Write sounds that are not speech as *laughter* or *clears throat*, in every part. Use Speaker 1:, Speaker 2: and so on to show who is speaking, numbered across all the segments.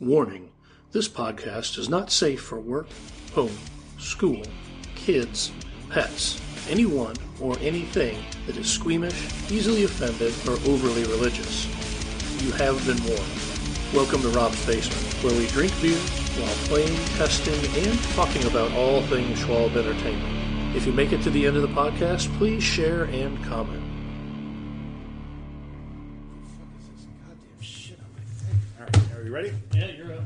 Speaker 1: Warning this podcast is not safe for work, home, school, kids, pets, anyone, or anything that is squeamish, easily offended, or overly religious. You have been warned. Welcome to Rob's Basement, where we drink beer while playing, testing, and talking about all things Schwab Entertainment. If you make it to the end of the podcast, please share and comment.
Speaker 2: All right, are you ready?
Speaker 3: Yeah, you're up.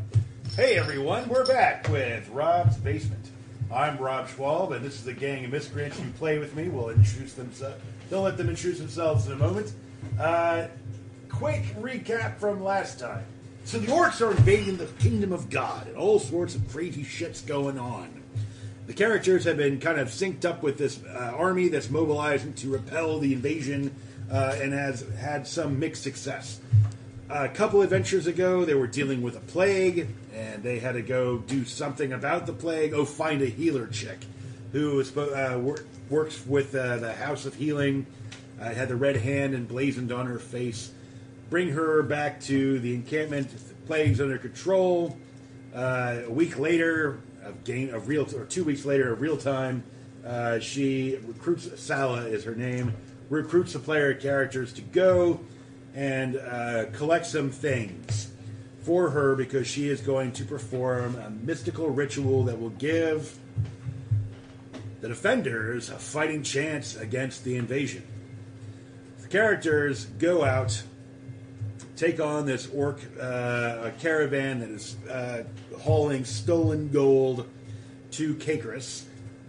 Speaker 2: Hey everyone, we're back with Rob's Basement. I'm Rob Schwab, and this is the gang of miscreants who play with me. We'll introduce themselves. Don't let them introduce themselves in a moment. Uh, quick recap from last time. So the orcs are invading the kingdom of God, and all sorts of crazy shit's going on. The characters have been kind of synced up with this uh, army that's mobilized to repel the invasion, uh, and has had some mixed success a couple adventures ago, they were dealing with a plague, and they had to go do something about the plague. Oh, find a healer chick who is, spo- uh, wor- works with uh, the House of Healing. Uh, had the red hand emblazoned on her face. Bring her back to the encampment. The plague's under control. Uh, a week later, of game of real, or two weeks later, of real time, uh, she recruits Sala is her name. Recruits the player characters to go and uh, collect some things for her because she is going to perform a mystical ritual that will give the defenders a fighting chance against the invasion. The characters go out, take on this orc uh, caravan that is uh, hauling stolen gold to Cacarus,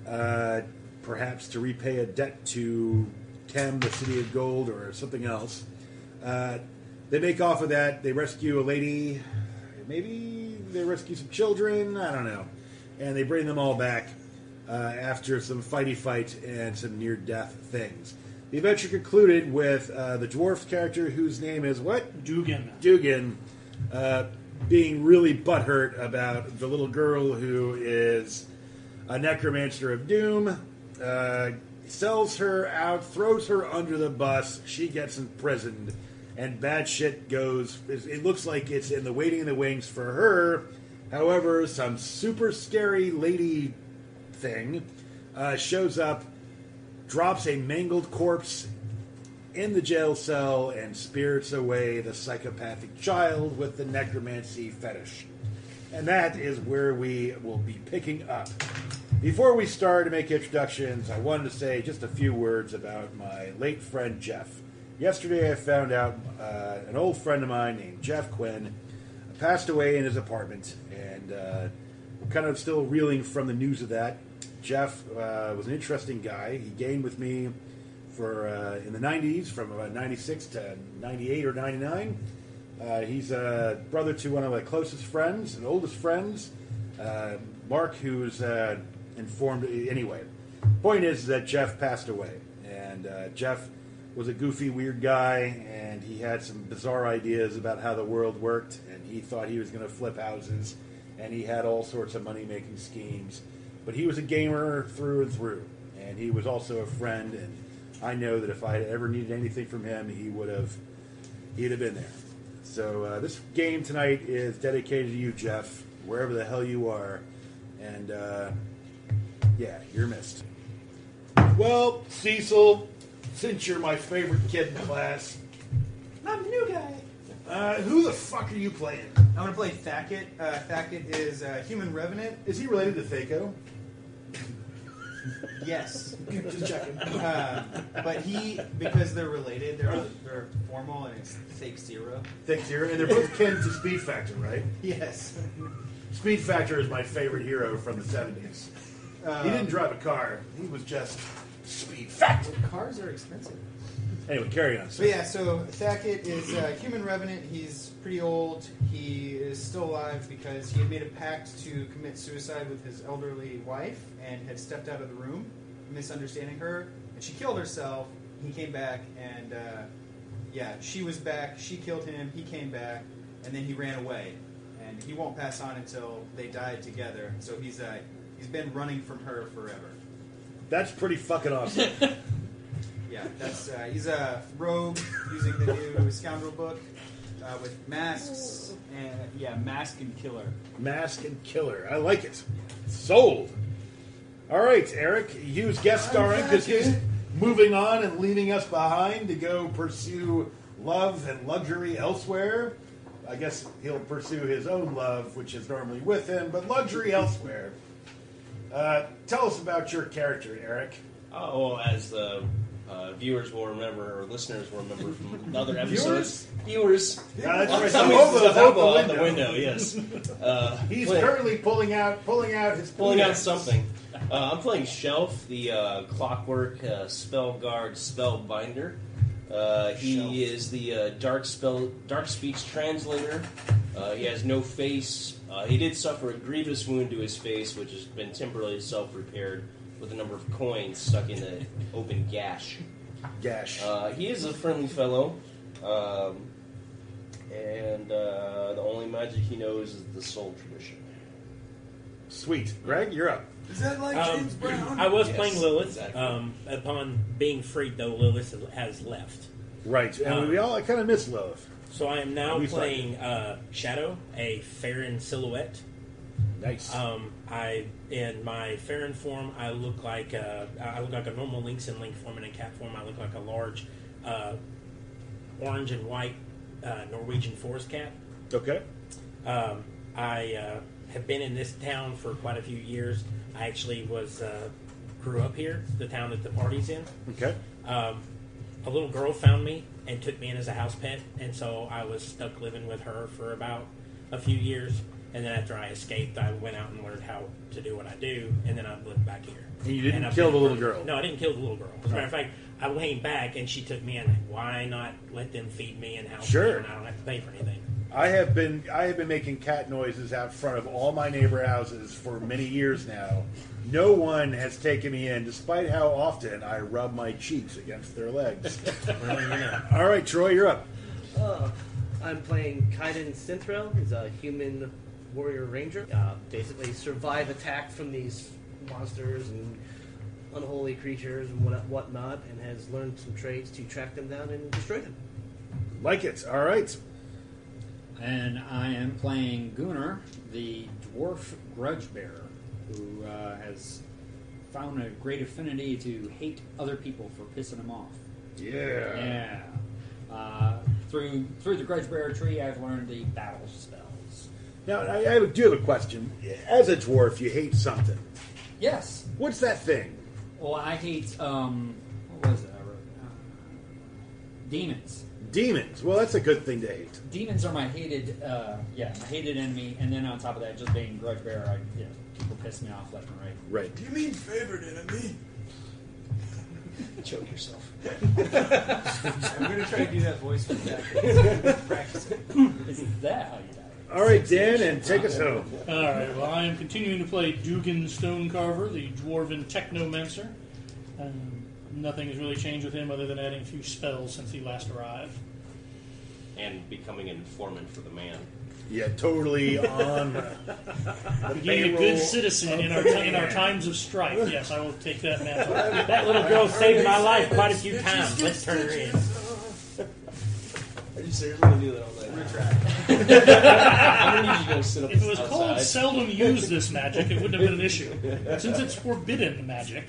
Speaker 2: uh, perhaps to repay a debt to Kem, the city of gold, or something else. Uh, they make off of that. They rescue a lady. Maybe they rescue some children. I don't know. And they bring them all back uh, after some fighty fight and some near death things. The adventure concluded with uh, the dwarf character, whose name is what?
Speaker 3: Dugan.
Speaker 2: Dugan uh, being really butthurt about the little girl who is a necromancer of doom, uh, sells her out, throws her under the bus. She gets imprisoned, and bad shit goes. It looks like it's in the waiting in the wings for her. However, some super scary lady thing uh, shows up, drops a mangled corpse in the jail cell and spirits away the psychopathic child with the necromancy fetish. And that is where we will be picking up. Before we start to make introductions, I wanted to say just a few words about my late friend Jeff. Yesterday I found out uh, an old friend of mine named Jeff Quinn passed away in his apartment, and uh, we're kind of still reeling from the news of that. Jeff uh, was an interesting guy. He gained with me for uh, in the 90s from about 96 to 98 or 99 uh, he's a brother to one of my closest friends and oldest friends uh, mark who's uh, informed anyway point is that jeff passed away and uh, jeff was a goofy weird guy and he had some bizarre ideas about how the world worked and he thought he was going to flip houses and he had all sorts of money making schemes but he was a gamer through and through and he was also a friend and i know that if i had ever needed anything from him he would have he'd have been there so uh, this game tonight is dedicated to you jeff wherever the hell you are and uh, yeah you're missed well cecil since you're my favorite kid in class
Speaker 4: I'm the new guy.
Speaker 2: uh, who the fuck are you playing
Speaker 4: I'm gonna play Thacket. Uh, Thacket is uh, human revenant.
Speaker 2: is he related to Thaco?
Speaker 4: Yes, just checking. Um, but he, because they're related, they're they're formal and it's fake zero.
Speaker 2: Thanks, here, and they're
Speaker 4: *laughs*
Speaker 2: both kin to Speed Factor, right?
Speaker 4: Yes.
Speaker 2: Speed Factor is my favorite hero from the 70s.
Speaker 4: Um,
Speaker 2: he didn't drive a car, he was just Speed Factor.
Speaker 4: Cars are expensive.
Speaker 2: Anyway, carry on. sir.
Speaker 4: So yeah, so Thacket is a human revenant. He's pretty old. He is still alive because he had made a pact to commit suicide with his elderly wife and had stepped out of the room, misunderstanding her, and she killed herself. He came back, and uh, yeah, she was back. She killed him. He came back, and then he ran away. And he won't pass on until they die together. So he's uh, he's been running from her forever.
Speaker 2: That's pretty fucking awesome.
Speaker 4: Yeah, that's uh, he's a rogue using the new scoundrel book. uh, with masks and yeah, mask and
Speaker 5: *laughs*
Speaker 4: killer.
Speaker 2: Mask and Killer. I like it. Sold. All right, Eric, Hughes guest starring because he's moving on and leaving us behind to go pursue love and luxury elsewhere. I guess he'll pursue his own love, which is normally with him, but luxury elsewhere. Uh, tell us about your character, Eric.
Speaker 3: Oh, well, as the uh, viewers will remember, or listeners will remember *laughs* from other episodes. Viewers?
Speaker 2: Uh, that's right,
Speaker 3: Some
Speaker 2: the
Speaker 3: reason
Speaker 2: hobo-
Speaker 3: it's hobo
Speaker 2: hobo
Speaker 3: out uh, the window, yes. *laughs* Uh,
Speaker 2: He's
Speaker 3: playing-
Speaker 2: currently pulling out, pulling out his
Speaker 3: pulling out
Speaker 2: pants.
Speaker 3: something. Uh, I'm playing Shelf, the uh, clockwork uh, spell guard spell binder. Uh, he
Speaker 2: Shelf.
Speaker 3: is the uh, dark spell, dark speech translator. Uh, he has no face. Uh, he did suffer a grievous wound to his face, which has been temporarily self-repaired with a number of coins stuck in the open gash.
Speaker 2: Gash.
Speaker 3: Uh, he is a friendly fellow, um, and uh, the only magic he knows is the soul tradition.
Speaker 2: Sweet, Greg, you're up.
Speaker 4: Is that like
Speaker 6: Um, I was
Speaker 3: Yes,
Speaker 6: playing Lilith.
Speaker 3: exactly.
Speaker 6: Um, upon being freed, though, Lilith has left.
Speaker 2: Right, and
Speaker 6: Um,
Speaker 2: we all I kind of miss Lilith.
Speaker 6: So I am now
Speaker 2: We fight.
Speaker 6: playing uh, Shadow, a Farron silhouette.
Speaker 2: Nice.
Speaker 6: Um, I in my Farron form, I look like uh, I look like a normal lynx in link form and in cat form. I look like a large uh, orange and white uh, Norwegian forest cat.
Speaker 2: okay.
Speaker 6: Um, I uh, have been in this town for quite a few years. I actually was uh, grew up here, the town that the party's in.
Speaker 2: Okay.
Speaker 6: Um, a little girl found me and took me in as a house pet, and so I was stuck living with her for about a few years. And then after I escaped, I went out and learned how to do what I do, and then I've lived back here.
Speaker 2: And you didn't
Speaker 6: I've
Speaker 2: kill
Speaker 6: been-
Speaker 2: the little girl?
Speaker 6: No, I didn't kill the little girl. As a matter of fact, I came back and she took me in. Why not let them feed me and house me
Speaker 2: Sure.
Speaker 6: and I don't have to pay for anything?
Speaker 2: I have been I have been making cat noises out front of all my neighbor houses for many years now. No one has taken me in, despite how often I rub my cheeks against their legs.
Speaker 6: Well, you know.
Speaker 2: all right, Troy, you're up.
Speaker 7: Uh, I'm playing Kaiden Synthro. He's a human warrior ranger. Uh, basically, survive attack from these monsters and unholy creatures and what- whatnot, and has learned some trades to track them down and destroy them.
Speaker 2: Like it. All right.
Speaker 8: And I am playing Gunnar, the dwarf grudge bearer, who uh, has found a great affinity to hate other people for pissing them off.
Speaker 2: Yeah.
Speaker 8: Yeah. Uh, through through the grudge bearer tree, I've learned the battle spells.
Speaker 2: Now I, I do have a question. As a dwarf, you hate something.
Speaker 8: Yes.
Speaker 2: What's that thing?
Speaker 8: Well, I hate um, what was it? I wrote uh, demons.
Speaker 2: Demons. Well, that's a good thing to hate.
Speaker 8: Demons are my hated, uh, yeah, my hated enemy. And then on top of that, just being grudge bearer, I, you know, people piss me off left and right.
Speaker 2: Right.
Speaker 5: You mean favorite enemy?
Speaker 3: Choke yourself.
Speaker 4: I'm gonna try to do that voice for that. Practice it.
Speaker 8: Is that how you die?
Speaker 2: All right, Dan, and take us home.
Speaker 9: All right. Well, I am continuing to play Dugan Stonecarver, the dwarven technomancer. Um, nothing has really changed with him other than adding a few spells since he last arrived.
Speaker 3: and becoming an informant for the man.
Speaker 2: Yeah, totally on.
Speaker 9: *laughs*
Speaker 2: the
Speaker 9: Being a
Speaker 2: payroll.
Speaker 9: good citizen in our ti- in our times of strife. Yes, I will take that mantle. That little girl saved
Speaker 6: my life quite a few times. Let's turn her in.
Speaker 3: Are you seriously gonna do that all night?
Speaker 4: Retract.
Speaker 3: *laughs* I'm gonna need you to go sit up
Speaker 9: If it was
Speaker 3: outside.
Speaker 9: cold, seldom use this magic. It wouldn't have been an issue. Since it's forbidden magic,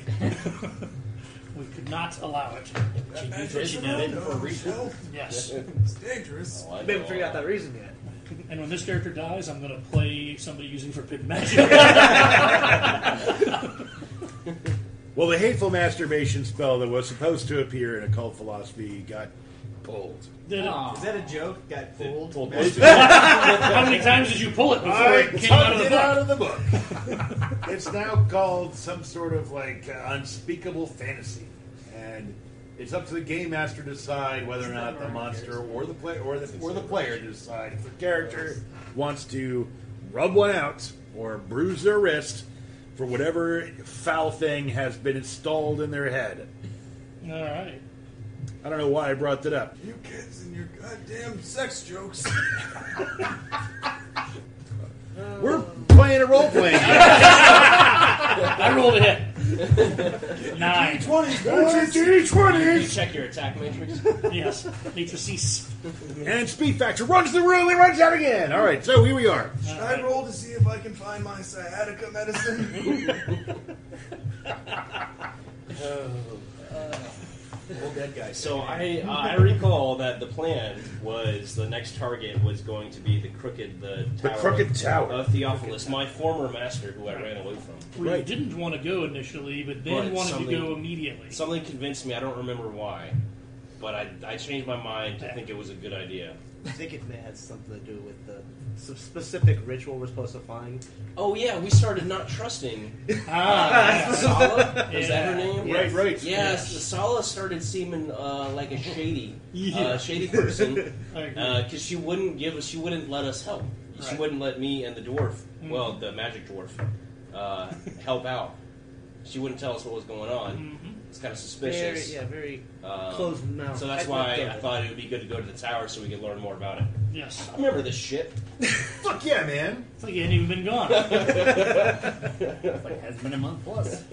Speaker 9: we could not allow it.
Speaker 5: That magic
Speaker 6: did, you did.
Speaker 5: for a reason.
Speaker 9: Yes.
Speaker 5: It's dangerous.
Speaker 3: Oh, I
Speaker 7: We haven't
Speaker 3: know.
Speaker 7: figured out that reason yet.
Speaker 9: And when this character dies, I'm going to play somebody using forbidden magic.
Speaker 2: Well, the hateful masturbation spell that was supposed to appear in occult philosophy got pulled.
Speaker 9: Did-
Speaker 8: Aw.
Speaker 4: Is that a joke? Got pulled.
Speaker 9: How many times did you pull it before it came out of the
Speaker 2: it
Speaker 9: book?
Speaker 2: out of the book.
Speaker 9: *laughs*
Speaker 2: it's now called some sort of like uh, unspeakable fantasy, and it's up to the game master to decide whether or not the monster or the play or the or the player to decide if the character wants to rub one out or bruise their wrist for whatever foul thing has been installed in their head.
Speaker 9: All right.
Speaker 2: I don't know why I brought that up.
Speaker 5: You kids and your goddamn sex jokes.
Speaker 9: *laughs*
Speaker 2: We're playing a role playing game.
Speaker 9: I rolled a hit. Nine.
Speaker 3: You check your attack matrix.
Speaker 9: Yes. Matrices.
Speaker 2: And Speed Factor runs the room and runs out again. All right, so here we are.
Speaker 5: Should I roll to see if I can find my sciatica medicine?
Speaker 3: Old dead guy. So I uh, I recall that the plan was the next target was going to be the crooked the tower
Speaker 2: The Crooked Tower.
Speaker 3: of Theophilus, my former master who I ran away from.
Speaker 9: We
Speaker 2: Right.
Speaker 9: didn't want to go initially, but then
Speaker 3: But
Speaker 9: wanted
Speaker 3: something-
Speaker 9: to go immediately.
Speaker 3: Something convinced me. I don't remember why, but I I changed my mind to think it was a good idea.
Speaker 7: I think it may have something to do with the s- specific ritual we're supposed to find.
Speaker 3: Oh yeah, we started not trusting
Speaker 9: ah,
Speaker 3: Sala. Is that her
Speaker 9: Yeah.
Speaker 3: name?
Speaker 2: Right, right.
Speaker 3: Yes, Sala started seeming uh, like a shady,
Speaker 9: Yeah.
Speaker 3: uh,
Speaker 2: *laughs*
Speaker 3: shady person
Speaker 9: I agree.
Speaker 3: because she wouldn't give us, she wouldn't let us help. She
Speaker 9: Right.
Speaker 3: wouldn't let me and the dwarf, well, the magic dwarf, uh, help out. She wouldn't tell us what was going on. It's kind of
Speaker 7: Very,
Speaker 3: suspicious.
Speaker 7: yeah, very
Speaker 3: Um,
Speaker 7: closed mouth.
Speaker 3: So that's
Speaker 7: I
Speaker 3: why
Speaker 7: thought-
Speaker 3: I thought it would be good to go to the tower so we could learn more about it.
Speaker 9: yes.
Speaker 3: I remember this shit.
Speaker 2: Fuck yeah, man.
Speaker 9: It's like you hadn't even been
Speaker 2: *laughs*
Speaker 9: gone.
Speaker 8: It has been a month plus.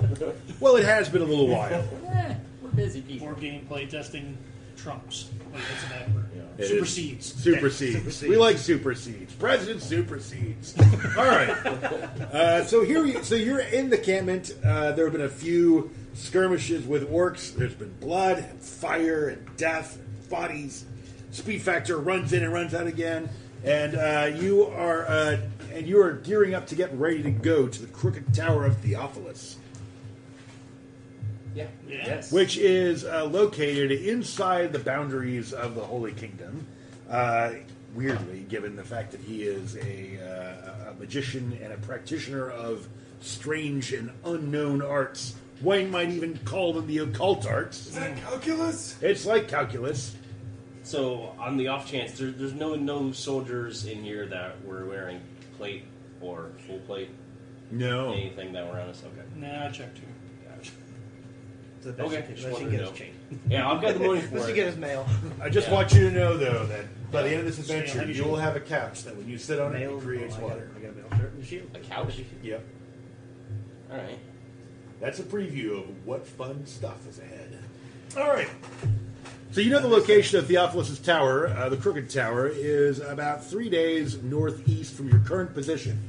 Speaker 2: Well, it has been a little while.
Speaker 8: Eh, we're busy people.
Speaker 9: More gameplay testing trumps. Wait, that's a bad word.
Speaker 2: It is.
Speaker 9: Supersedes.
Speaker 2: *laughs* Supersedes.
Speaker 7: Supersedes.
Speaker 2: We like supersedes. President supersedes. All right. Uh, so here, you, so you're in the campment. Uh, there have been a few skirmishes with orcs. There's been blood and fire and death, and bodies. Speed Factor runs in and runs out again, and uh, you are uh, and you are gearing up to get ready to go to the Crooked Tower of Theophilus,
Speaker 3: Yeah.
Speaker 9: Yeah.
Speaker 8: Yes.
Speaker 2: which is uh, located inside the boundaries of the Holy Kingdom. Uh, weirdly, given the fact that he is a, uh, a magician and a practitioner of strange and unknown arts, one might even call them the occult
Speaker 5: Is
Speaker 2: arts.
Speaker 5: that calculus?
Speaker 2: It's like calculus.
Speaker 3: So on the off chance, there, there's no no soldiers in here that were wearing plate or full plate,
Speaker 2: No.
Speaker 3: anything that were on us. Okay.
Speaker 9: Nah, I checked too.
Speaker 3: Gotcha.
Speaker 7: the best
Speaker 3: Okay,
Speaker 7: you can-
Speaker 3: just
Speaker 7: unless you
Speaker 3: wanted
Speaker 7: get
Speaker 3: to
Speaker 7: his
Speaker 3: know.
Speaker 7: chain. *laughs*
Speaker 3: Yeah, I've got the money for
Speaker 7: Unless you
Speaker 3: it.
Speaker 7: get his mail.
Speaker 2: I just
Speaker 3: Yeah.
Speaker 2: want you to know, though, that by the end of this adventure,
Speaker 9: Yeah.
Speaker 2: you will have a couch that when you sit on it,
Speaker 7: mail
Speaker 2: it creates
Speaker 7: oh,
Speaker 2: water.
Speaker 7: I got, I got a mail shirt and a shield.
Speaker 3: A couch?
Speaker 2: Yep.
Speaker 3: All right.
Speaker 2: That's a preview of what fun stuff is ahead. All right. So you know the location of Theophilus' tower, uh, the Crooked Tower, is about three days northeast from your current position.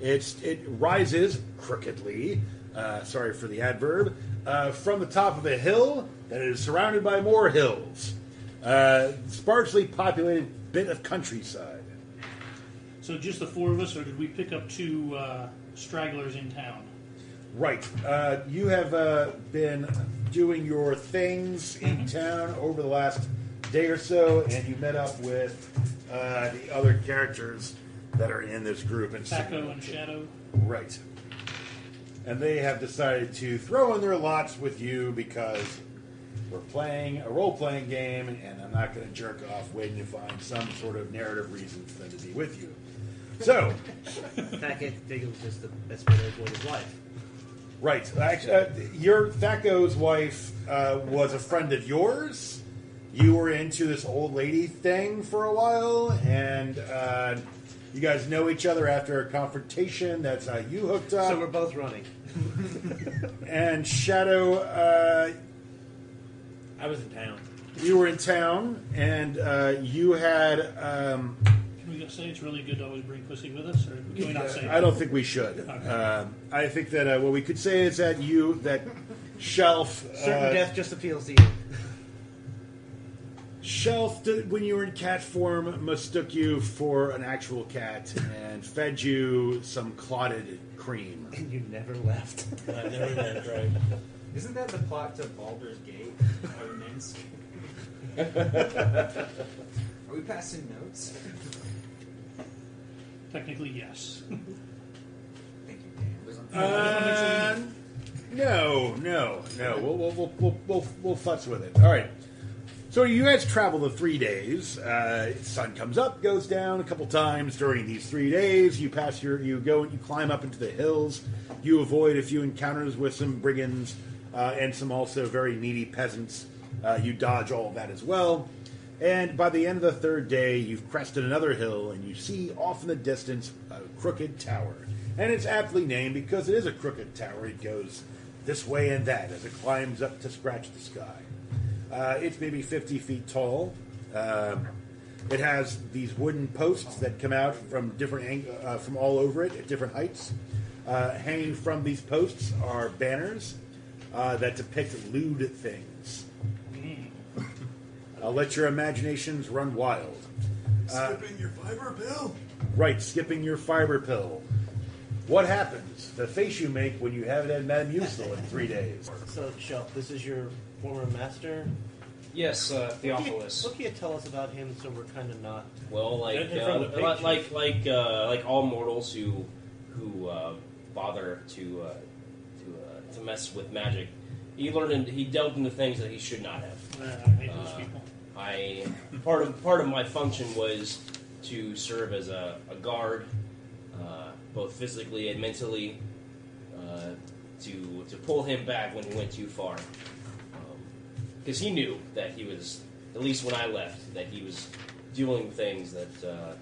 Speaker 2: It's it rises crookedly. Uh, sorry for the adverb. Uh, from the top of a hill that is surrounded by more hills. Uh, sparsely populated bit of countryside.
Speaker 9: So just the four of us, or did we pick up two uh, stragglers in town?
Speaker 2: Right. Uh, you have uh, been doing your things in town over the last day or so, and you met up with uh, the other characters that are in this group. And
Speaker 9: Sacco and Shadow.
Speaker 2: Right. And they have decided to throw in their lots with you because we're playing a role playing game, and I'm not going to jerk off waiting to find some sort of narrative reason for them to be with you. So,
Speaker 7: Packet Diggum's just the best way to avoid his life.
Speaker 2: Right. Actually, uh, your Thacko's wife uh, was a friend of yours. You were into this old lady thing for a while, and uh, you guys know each other after a confrontation. That's how you hooked up.
Speaker 7: So we're both running.
Speaker 2: and Shadow, uh,
Speaker 6: I was in town.
Speaker 2: you were in town, and uh, you had. Um,
Speaker 9: Can we say it's really good to always bring pussy with us, or can we not say?
Speaker 2: I don't think we should. Um, I think that uh, what we could say is that you that shelf
Speaker 7: Certain
Speaker 2: uh,
Speaker 7: death just appeals to you.
Speaker 2: Shelf, d- when you were in cat form, mistook you for an actual cat and fed you some clotted cream.
Speaker 7: And you never left.
Speaker 3: I never been right.
Speaker 4: Isn't that the plot to Baldur's Gate or Minsk? Are we passing notes?
Speaker 9: Technically, yes. *laughs*
Speaker 4: Thank you, Dan.
Speaker 2: Uh, no, no, no. We'll we'll, we'll, we'll, we'll we'll futz with it. All right. So you guys travel the three days. Uh, sun comes up, goes down a couple times during these three days. You pass your, you go and you climb up into the hills. You avoid a few encounters with some brigands uh, and some also very needy peasants. Uh, you dodge all of that as well. And by the end of the third day, you've crested another hill and you see off in the distance a crooked tower. And it's aptly named because it is a crooked tower. It goes this way and that as it climbs up to scratch the sky. Uh, it's maybe 50 feet tall. Um, it has these wooden posts that come out from different ang- uh, from all over it at different heights. Uh, hanging from these posts are banners uh, that depict lewd things. I'll let your imaginations run wild. Uh,
Speaker 5: Skipping your fiber pill?
Speaker 2: Right, skipping your fiber pill. What happens? The face you make when you haven't had Metamucil in three days.
Speaker 7: *laughs* So, Shelf, this is your former master.
Speaker 3: Yes, uh,
Speaker 7: What can you-
Speaker 3: Theophilus.
Speaker 7: What can you tell us about him so we're kind of not.
Speaker 3: Well, like
Speaker 6: Judging
Speaker 3: uh,
Speaker 6: from the
Speaker 3: li-
Speaker 6: pictures.
Speaker 3: like like uh, like all mortals who who uh, bother to uh, to uh, to mess with magic, he learned and he delved into things that he should not have.
Speaker 9: Uh, I hate those
Speaker 3: Uh,
Speaker 9: people.
Speaker 3: I part of part of my function was to serve as a, a guard, uh, both physically and mentally, uh, to to pull him back when he went too far, because he knew that he was at least when I left that he was doing things that uh,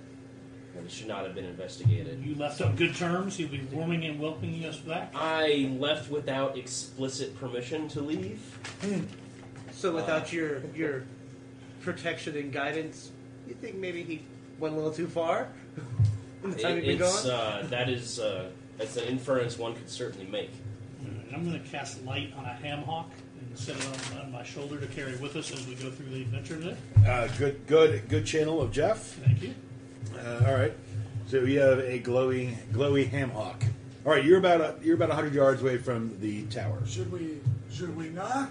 Speaker 3: that should not have been investigated.
Speaker 9: You left on good terms. He'll be warming and welcoming us back.
Speaker 3: I left without explicit permission to leave.
Speaker 6: Uh,
Speaker 7: So, without your your protection and guidance, you think maybe he went a little too far? *laughs* in the time
Speaker 3: It-
Speaker 7: he'd been
Speaker 3: it's
Speaker 7: gone?
Speaker 3: uh, that is uh, that's an inference one could certainly make.
Speaker 9: And I'm going to cast light on a ham hock and set it on, on my shoulder to carry with us as we go through the adventure today.
Speaker 2: Uh, good, good, good channel of Jeff.
Speaker 9: Thank you.
Speaker 2: Uh, all right. So we have a glowing, glowy ham hock. All right, you're about a, you're about hundred yards away from the tower.
Speaker 5: Should we should we knock?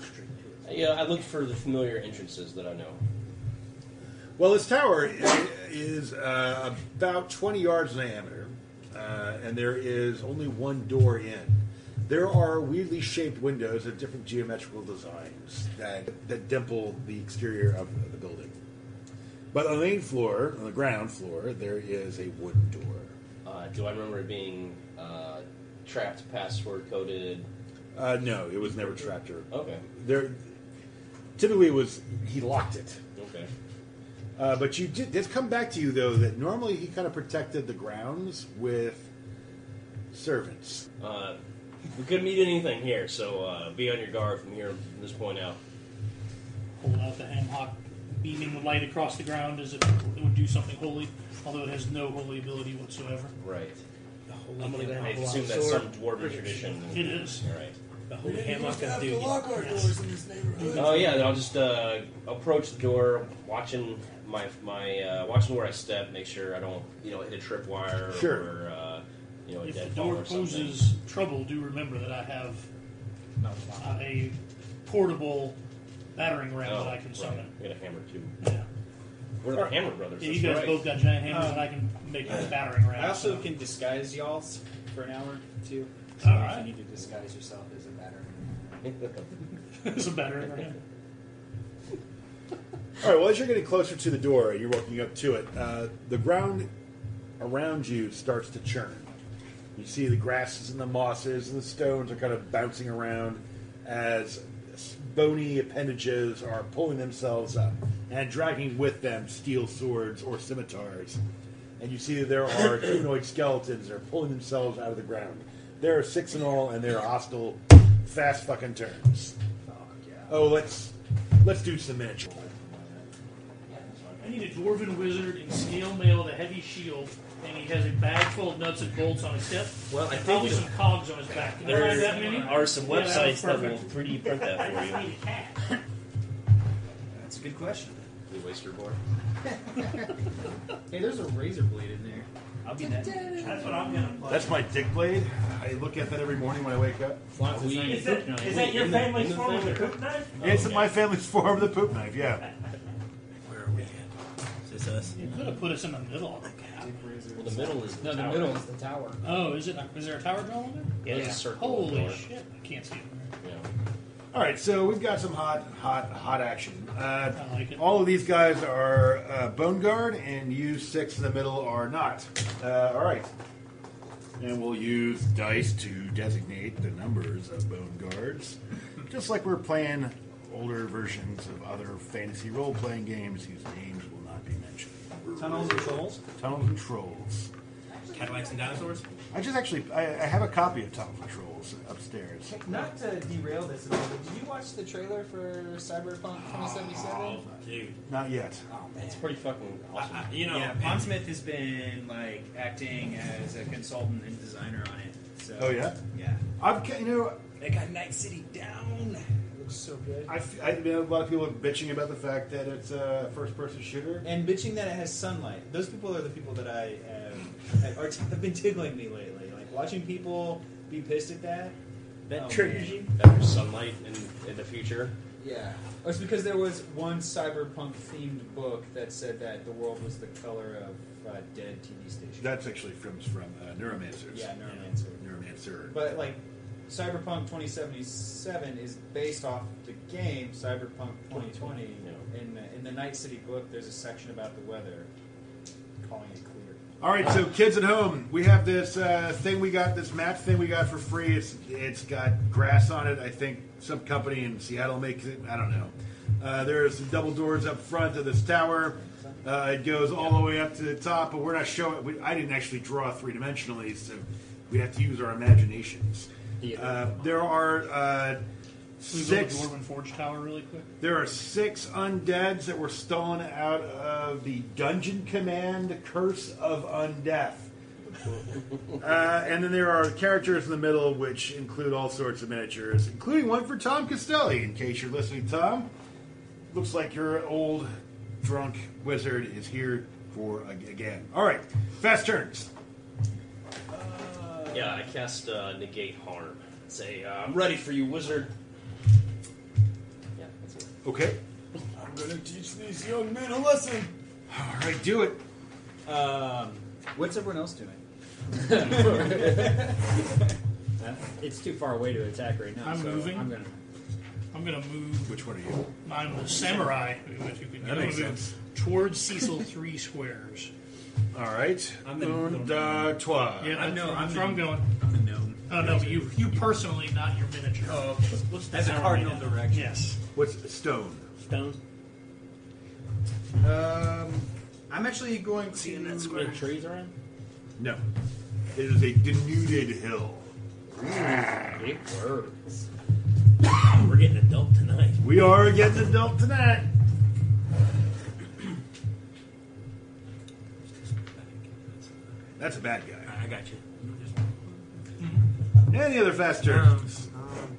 Speaker 3: Yeah, I looked for the familiar entrances that I know.
Speaker 2: Well, this tower i- is uh, about 20 yards in diameter, uh, and there is only one door in. There are weirdly shaped windows of different geometrical designs that, that dimple the exterior of the building. But on the main floor, on the ground floor, there is a wooden door.
Speaker 3: Uh, do I remember it being uh, trapped, password coded?
Speaker 2: Uh, no, it was never trapped or
Speaker 3: Okay,
Speaker 2: there. Typically, it was he locked it.
Speaker 3: okay.
Speaker 2: Uh, but you did, did come back to you though that normally he kind of protected the grounds with servants.
Speaker 3: Uh, we could meet anything here, so uh, be on your guard from here from this point out.
Speaker 9: Hold out the ham hock, beaming the light across the ground as if it would do something holy, although it has no holy ability whatsoever.
Speaker 3: Right.
Speaker 7: I'm gonna go
Speaker 3: I
Speaker 7: have a
Speaker 3: assume
Speaker 7: long
Speaker 3: that's
Speaker 7: sword.
Speaker 3: some dwarven tradition.
Speaker 9: It is.
Speaker 3: All right.
Speaker 6: The
Speaker 5: We
Speaker 6: whole
Speaker 5: didn't
Speaker 6: hammock
Speaker 5: used to
Speaker 6: is
Speaker 5: have to
Speaker 6: due.
Speaker 5: lock our
Speaker 6: Yes.
Speaker 5: doors in this neighborhood.
Speaker 3: Oh yeah, then I'll just uh, approach the door, watching my my uh, watching where I step, make sure I don't you know hit a tripwire
Speaker 2: Sure.
Speaker 3: or uh, you know a
Speaker 9: If the
Speaker 3: deadfall
Speaker 9: door
Speaker 3: or something.
Speaker 9: poses trouble, do remember that I have uh, a portable battering ram
Speaker 3: Oh,
Speaker 9: that I can
Speaker 3: right.
Speaker 9: summon.
Speaker 3: I got a hammer too.
Speaker 9: Yeah.
Speaker 3: We're the Hammer Brothers.
Speaker 9: Yeah, you
Speaker 3: that's
Speaker 9: guys
Speaker 3: right.
Speaker 9: both got giant hammers, and I can make a battering ram.
Speaker 10: I also
Speaker 9: so-
Speaker 10: can disguise y'all s- for an hour too. So
Speaker 9: Alright.
Speaker 10: if you need to disguise yourself as a batter.
Speaker 3: *laughs*
Speaker 9: it's a battering ram.
Speaker 2: All right. Well, as you're getting closer to the door, you're walking up to it. Uh, the ground around you starts to churn. You see the grasses and the mosses and the stones are kind of bouncing around as bony appendages are pulling themselves up and dragging with them steel swords or scimitars. And you see that there are humanoid skeletons that are pulling themselves out of the ground. There are six in all, and they're hostile, fast fucking turns. Oh, let's let's do some miniature.
Speaker 9: *laughs* I need a dwarven wizard in scale mail with a heavy shield, and he has a bag full of nuts and bolts on his hip.
Speaker 3: Well, I
Speaker 9: and
Speaker 3: think
Speaker 9: probably
Speaker 3: there-
Speaker 9: some cogs on his back. Can I
Speaker 3: There
Speaker 9: find that many?
Speaker 3: are some
Speaker 9: Yeah, that's
Speaker 3: websites that will
Speaker 9: perfect.
Speaker 3: 3D print that
Speaker 9: I
Speaker 3: for
Speaker 9: just
Speaker 3: you. *laughs*
Speaker 9: need a cat.
Speaker 10: That's a good question.
Speaker 3: The waster board.
Speaker 10: Hey, there's a razor blade in there. I'll be that.
Speaker 9: That's what I'm gonna play.
Speaker 2: That's my dick blade. I look at that every morning when I wake up.
Speaker 10: As long as it's not
Speaker 3: We-
Speaker 10: your
Speaker 6: Is that,
Speaker 10: kryptonite.
Speaker 6: is that your
Speaker 3: In the-
Speaker 6: family's
Speaker 3: in the
Speaker 6: form of a
Speaker 3: family.
Speaker 6: cook knife?
Speaker 2: It's my family's *laughs* form of the poop knife. Yeah.
Speaker 10: Where are we at? Is this us?
Speaker 9: You could have put us in the middle of the cat.
Speaker 10: Dick razor.
Speaker 3: Well, the middle is
Speaker 10: No,
Speaker 3: the
Speaker 10: the
Speaker 3: tower.
Speaker 10: middle is the tower.
Speaker 9: Oh, is it? Is there a tower drawn in there?
Speaker 3: Yeah, there's a circle.
Speaker 9: Holy
Speaker 3: door.
Speaker 9: shit! I can't see it.
Speaker 3: Yeah.
Speaker 2: All right, so we've got some hot, hot, hot action. Uh,
Speaker 9: I like it.
Speaker 2: all of these guys are uh, bone guard, and you six in the middle are not. Uh, all right, and we'll use dice to designate the numbers of bone guards, just like we're playing older versions of other fantasy role-playing games whose names will not be mentioned.
Speaker 10: Tunnels and trolls.
Speaker 2: Tunnels and trolls.
Speaker 11: Cadillacs and dinosaurs?
Speaker 2: I just actually I, I have a copy of Town Patrols upstairs.
Speaker 10: Not to derail this at all, but did you watch the trailer for Cyberpunk
Speaker 6: Oh,
Speaker 10: 2077?
Speaker 11: Dude.
Speaker 2: Not yet.
Speaker 3: It's pretty fucking awesome.
Speaker 11: Oh, I- you know,
Speaker 10: yeah, Pond Smith has been like acting as a consultant and designer on it. So,
Speaker 2: Oh, yeah?
Speaker 10: yeah.
Speaker 2: I've ca- you know
Speaker 10: They got Night City down. Looks so good.
Speaker 2: I, f- I mean, a lot of people are bitching about the fact that it's a first-person shooter.
Speaker 10: and bitching that it has sunlight. Those people are the people that I uh, have, are *laughs* have been tickling me lately. Like watching people be pissed at that.
Speaker 3: That
Speaker 10: oh,
Speaker 3: triggers
Speaker 10: man.
Speaker 3: That there's sunlight in, in the future.
Speaker 10: Yeah. Oh, it's because there was one cyberpunk themed book that said that the world was the color of uh, dead TV stations.
Speaker 2: That's actually from from uh, Neuromancers.
Speaker 10: Yeah, Neuromancer.
Speaker 2: Neuromancer.
Speaker 10: But like, Cyberpunk 2077 is based off the game Cyberpunk 2020. In the, in the Night City book, there's a section about the weather, calling it clear.
Speaker 2: All right, so kids at home, we have this uh, thing we got, this map thing we got for free. It's it's got grass on it. I think some company in Seattle makes it. I don't know. Uh, there are some double doors up front of this tower. Uh, it goes all the way up to the top, but we're not showing. We, I didn't actually draw three dimensionally, so we have to use our imaginations. Uh, there are uh,
Speaker 9: We go to
Speaker 2: six.
Speaker 9: Dwarven Forge Tower really quick.
Speaker 2: There are six undeads that were stolen out of the Dungeon Command Curse of *laughs* Undeath. uh, and then there are characters in the middle, which include all sorts of miniatures, including one for Tom Costelli. In case you're listening, Tom, looks like your old drunk wizard is here for ag- again. All right, fast turns.
Speaker 3: Yeah, I cast uh, negate harm. Say, uh, I'm ready for you, wizard. Yeah, that's it.
Speaker 2: Okay.
Speaker 5: I'm gonna teach these young men a lesson.
Speaker 2: All right, do it.
Speaker 10: Um, what's everyone else doing?
Speaker 8: Uh, it's too far away to attack right now.
Speaker 9: I'm
Speaker 8: so
Speaker 9: moving.
Speaker 8: I'm gonna.
Speaker 9: I'm going to move.
Speaker 2: Which one are you?
Speaker 9: I'm a samurai. If you could
Speaker 2: That
Speaker 9: I'm
Speaker 2: makes
Speaker 9: gonna move
Speaker 2: sense.
Speaker 9: Towards Cecil three squares.
Speaker 2: All right.
Speaker 10: I'm the-
Speaker 2: Und, uh, toi.
Speaker 9: Yeah,
Speaker 10: I
Speaker 9: that's,
Speaker 10: know,
Speaker 9: that's
Speaker 10: I'm
Speaker 9: where I'm
Speaker 10: the-
Speaker 9: going.
Speaker 10: I'm a gnome.
Speaker 9: Oh no, but you you personally, not your miniature.
Speaker 10: Oh,
Speaker 6: What's the
Speaker 10: as a
Speaker 6: power
Speaker 10: cardinal
Speaker 6: right now?
Speaker 10: direction.
Speaker 9: Yes.
Speaker 2: What's stone?
Speaker 6: Stone.
Speaker 10: Um, I'm actually going to.
Speaker 6: Seeing that square trees around?
Speaker 2: No. It is a denuded hill.
Speaker 6: Big words. We're getting adult tonight.
Speaker 2: We are getting adult tonight. That's a bad guy.
Speaker 11: I I got you.
Speaker 2: Any other
Speaker 11: Um,
Speaker 2: fast turns?
Speaker 11: um,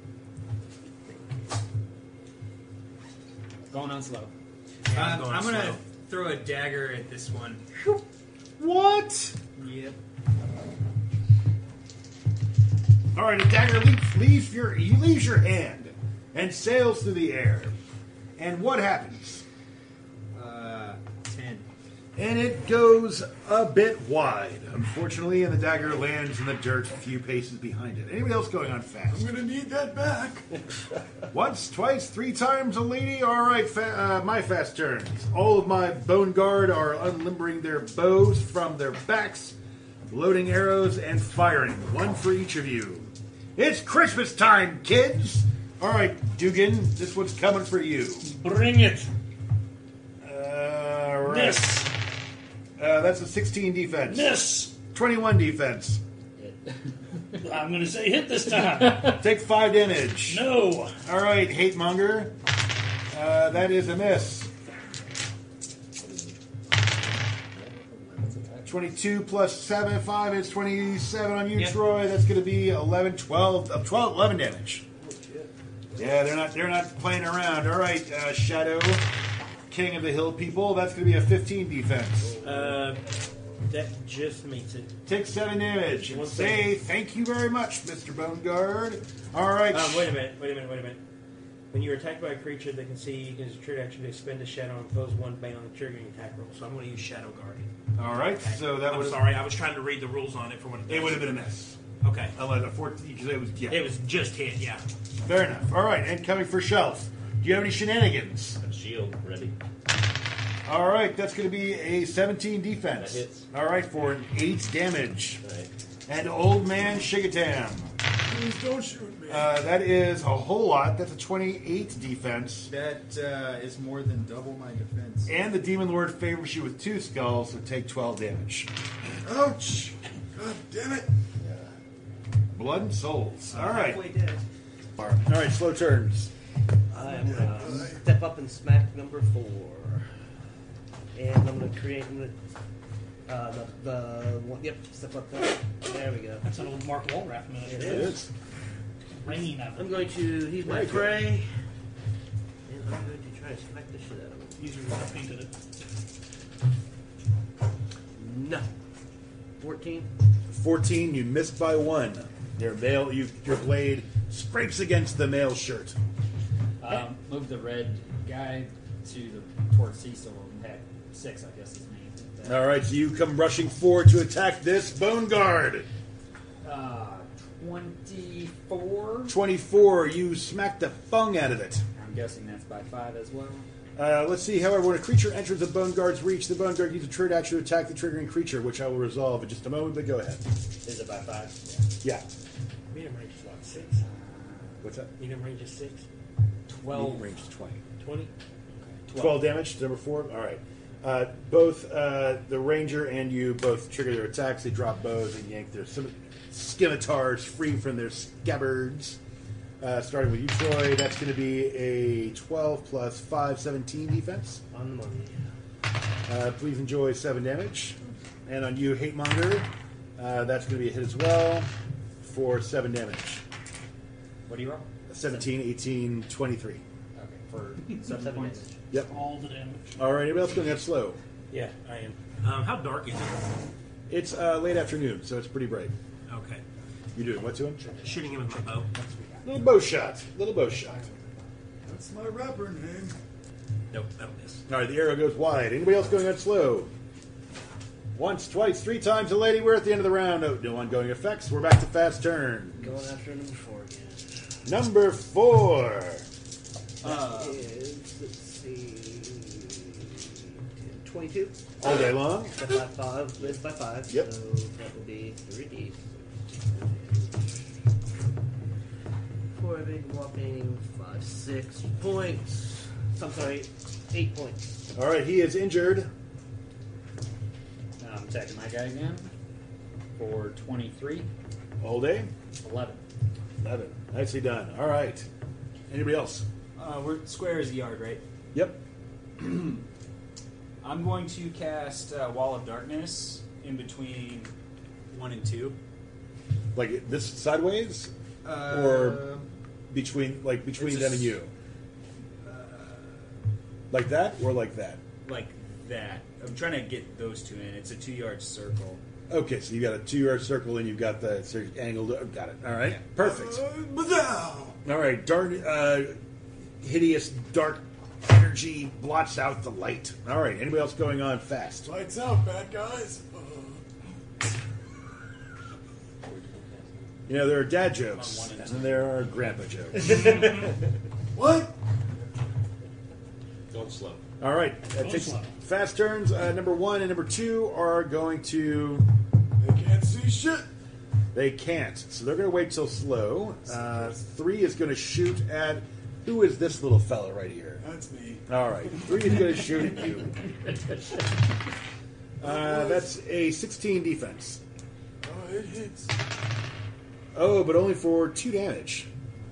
Speaker 8: Going on slow.
Speaker 11: yeah,
Speaker 10: Um,
Speaker 11: going
Speaker 10: I'm gonna
Speaker 11: slow.
Speaker 10: throw a dagger at this one.
Speaker 2: What?
Speaker 10: Yep.
Speaker 2: All right, a dagger leaves, leaves your he leaves your hand and sails through the air. And what happens?
Speaker 10: Uh, ten.
Speaker 2: And it goes a bit wide, unfortunately, and the dagger lands in the dirt a few paces behind it. Anybody else going on fast?
Speaker 5: I'm gonna need that back.
Speaker 2: *laughs* Once, twice, three times a lady. All right, fa- uh, my fast turns. All of my bone guard are unlimbering their bows from their backs, loading arrows and firing, one for each of you. It's Christmas time, kids. All right, Dugan, this one's coming for you.
Speaker 9: Bring it.
Speaker 2: All right.
Speaker 9: Miss.
Speaker 2: Uh, that's a 16 defense.
Speaker 9: Miss.
Speaker 2: 21 defense.
Speaker 9: I'm gonna say hit this time.
Speaker 2: *laughs* Take five damage.
Speaker 9: no.
Speaker 2: All right, hate monger. Uh, that is a miss. 22 plus 7, 5 is 27 on you,
Speaker 10: Yeah.
Speaker 2: Troy. That's going to be 11, 12, uh, 12, 11 damage. Yeah, they're not they're not playing around. All right, uh, Shadow, King of the Hill people. That's going to be a 15 defense.
Speaker 6: Uh, that just meets it.
Speaker 2: Take 7 damage. And
Speaker 6: One
Speaker 2: say thank you very much, Mr. Boneguard. All right.
Speaker 6: Um, wait a minute, wait a minute, wait a minute. When you're attacked by a creature that can see you, you can use a trigger action to expend a shadow and impose one bane on the triggering attack roll. So I'm going to use Shadow Guardian.
Speaker 2: All right, so that
Speaker 11: I'm
Speaker 2: was.
Speaker 11: sorry, I was trying to read the rules on it for what it does.
Speaker 2: It would have been a miss.
Speaker 11: Okay.
Speaker 2: Unless a 14, because it was. Yeah.
Speaker 11: It was just hit, yeah.
Speaker 2: Fair enough. All right, and coming for Shelf. Do you have any shenanigans?
Speaker 3: Got shield ready.
Speaker 2: All right, that's going to be a 17 defense.
Speaker 3: That hits.
Speaker 2: All right, for an 8 damage.
Speaker 3: All right.
Speaker 2: And Old Man Shigatam.
Speaker 5: Please don't shoot me.
Speaker 2: Uh, that is a whole lot. That's a 28 defense.
Speaker 10: That uh, is more than double my defense.
Speaker 2: And the Demon Lord favors you with two skulls, so take 12 damage.
Speaker 5: Ouch. God damn it!
Speaker 2: Blood and souls. All right.
Speaker 7: Halfway dead.
Speaker 2: All right. Slow turns.
Speaker 7: I'm gonna step up and smack number four, and I'm gonna create. I'm gonna, uh, the, the one, yep, step up there. There we go.
Speaker 9: That's an old Mark Walrath move.
Speaker 7: It is.
Speaker 9: Rain of
Speaker 7: I'm going to. He's my
Speaker 9: Very good.
Speaker 7: prey, and I'm going to try to smack the shit out of him.
Speaker 9: Easier than I painted it.
Speaker 7: No. Fourteen.
Speaker 2: 14, you miss by one. Your mail, you, your blade scrapes against the mail shirt.
Speaker 10: Eh.
Speaker 8: Um, move the red guy to the towards Cecil and pack six, I guess his name. is.
Speaker 2: All right, so you come rushing forward to attack this bone guard.
Speaker 8: Uh, Twenty-four.
Speaker 2: 24, you smack the fung out of it.
Speaker 8: I'm guessing that's by five as well.
Speaker 2: Uh, let's see, however, when a creature enters the bone guard's reach, the bone guard uses a turret action to attack the triggering creature, which I will resolve in just a moment, but go ahead.
Speaker 8: Is it by five?
Speaker 2: Yeah.
Speaker 6: Medium range is what, six?
Speaker 2: What's that?
Speaker 6: Medium range is six?
Speaker 2: Medium range is 20.
Speaker 6: 20?
Speaker 2: 12, damage to number four. All right. Uh, both uh, the ranger and you both trigger their attacks. They drop bows and yank their scim- scimitars free from their scabbards. Uh, starting with you, Troy, that's going to be a 12 plus 5, 17 defense.
Speaker 7: On the money.
Speaker 2: Uh, please enjoy 7 damage. And on you, Hate Monger, uh, that's going to be a hit as well for 7 damage.
Speaker 8: What do you roll?
Speaker 2: 17, 18, 23.
Speaker 8: Okay, for seven, points.
Speaker 2: Yep.
Speaker 9: All the damage.
Speaker 2: All right, anybody else going to have slow?
Speaker 6: Yeah, I am. Um, how dark is it?
Speaker 2: It's uh, late afternoon, so it's pretty bright.
Speaker 6: Okay.
Speaker 2: You doing what to him?
Speaker 6: Shooting him with my bow.
Speaker 2: Little bow shot. Little bow shot.
Speaker 5: That's my rapper name.
Speaker 6: Nope, that'll miss.
Speaker 2: All right, the arrow goes wide. Anybody else going at slow? Once, twice, three times a lady. We're at the end of the round. Oh, No, no ongoing effects. We're back to fast turn.
Speaker 7: Going after number four again.
Speaker 2: Number four.
Speaker 9: Uh.
Speaker 7: That is, let's see, 10, 22.
Speaker 2: All day long.
Speaker 7: Step by five, missed by five.
Speaker 2: Yep.
Speaker 7: So that will be 3d. Four big whopping five, six points. I'm sorry, eight points.
Speaker 2: All right, he is injured.
Speaker 8: I'm attacking my guy again for 23,
Speaker 2: All day.
Speaker 8: 11.
Speaker 2: Eleven. Nicely done. All right. Anybody else?
Speaker 10: Uh, we're square is a yard, right?
Speaker 2: Yep.
Speaker 10: I'm going to cast uh, Wall of Darkness in between one and two.
Speaker 2: Like this sideways,
Speaker 10: Uh,
Speaker 2: or between like between
Speaker 10: it's a
Speaker 2: them and
Speaker 10: s-
Speaker 2: you. Like that, or like that.
Speaker 10: like that. I'm trying to get those two in. It's a two yard circle.
Speaker 2: Okay, so you got a two-yard circle, and you've got the so you're angled. oh, Got it. All right, perfect.
Speaker 5: Uh, bazow!
Speaker 2: All right, darn, uh, hideous dark energy blots out the light. All right, anybody else going on fast?
Speaker 5: Lights out, bad guys. Uh,
Speaker 2: You know, there are dad jokes, and then there are grandpa jokes.
Speaker 5: what?
Speaker 3: Going slow.
Speaker 2: All right, that takes fast turns. Uh, number one and number two are going to.
Speaker 5: They can't see shit.
Speaker 2: They can't, so they're going to wait till slow. Uh, three is going to shoot at. Who is this little fellow right here?
Speaker 5: That's me.
Speaker 2: All right, three is going to shoot
Speaker 5: *laughs*
Speaker 2: at you. Uh, that's a 16 defense.
Speaker 5: Oh, it hits.
Speaker 2: Oh, but only for two damage.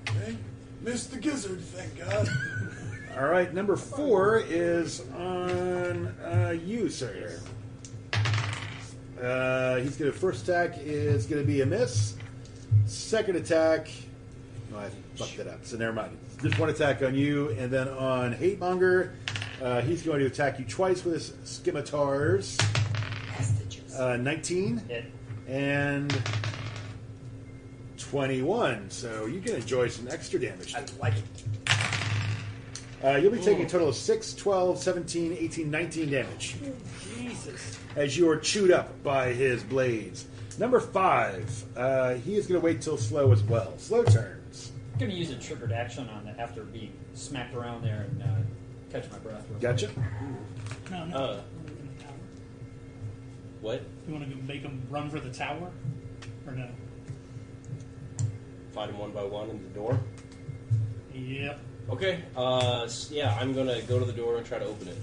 Speaker 5: Okay. Missed the gizzard, thank God.
Speaker 2: *laughs* All right, number four is on uh, you, sir. Uh, he's gonna first attack is gonna be a miss. Second attack, no, I fucked that up. So never mind. Just one attack on you, and then on Hatemonger, uh, he's going to attack you twice with his scimitars. Uh, Nineteen
Speaker 8: Hit.
Speaker 2: and twenty-one. So you can enjoy some extra damage.
Speaker 8: like it.
Speaker 2: Uh, you'll be taking a total of 6, 12, 17, 18, 19 damage
Speaker 8: Jesus.
Speaker 2: as you are chewed up by his blades. Number 5, uh, he is going to wait till slow as well. Slow turns.
Speaker 8: I'm going to use a triggered action on it after being smacked around there and uh, catch my breath. real
Speaker 2: Gotcha.
Speaker 8: quick.
Speaker 9: No, no.
Speaker 3: Uh.
Speaker 9: We're gonna tower.
Speaker 3: What?
Speaker 9: You want to make them run for the tower? Or no?
Speaker 3: Fight him one by one in the door.
Speaker 9: Yep.
Speaker 3: Okay. Uh, s- yeah, I'm gonna go to the door and try to open it.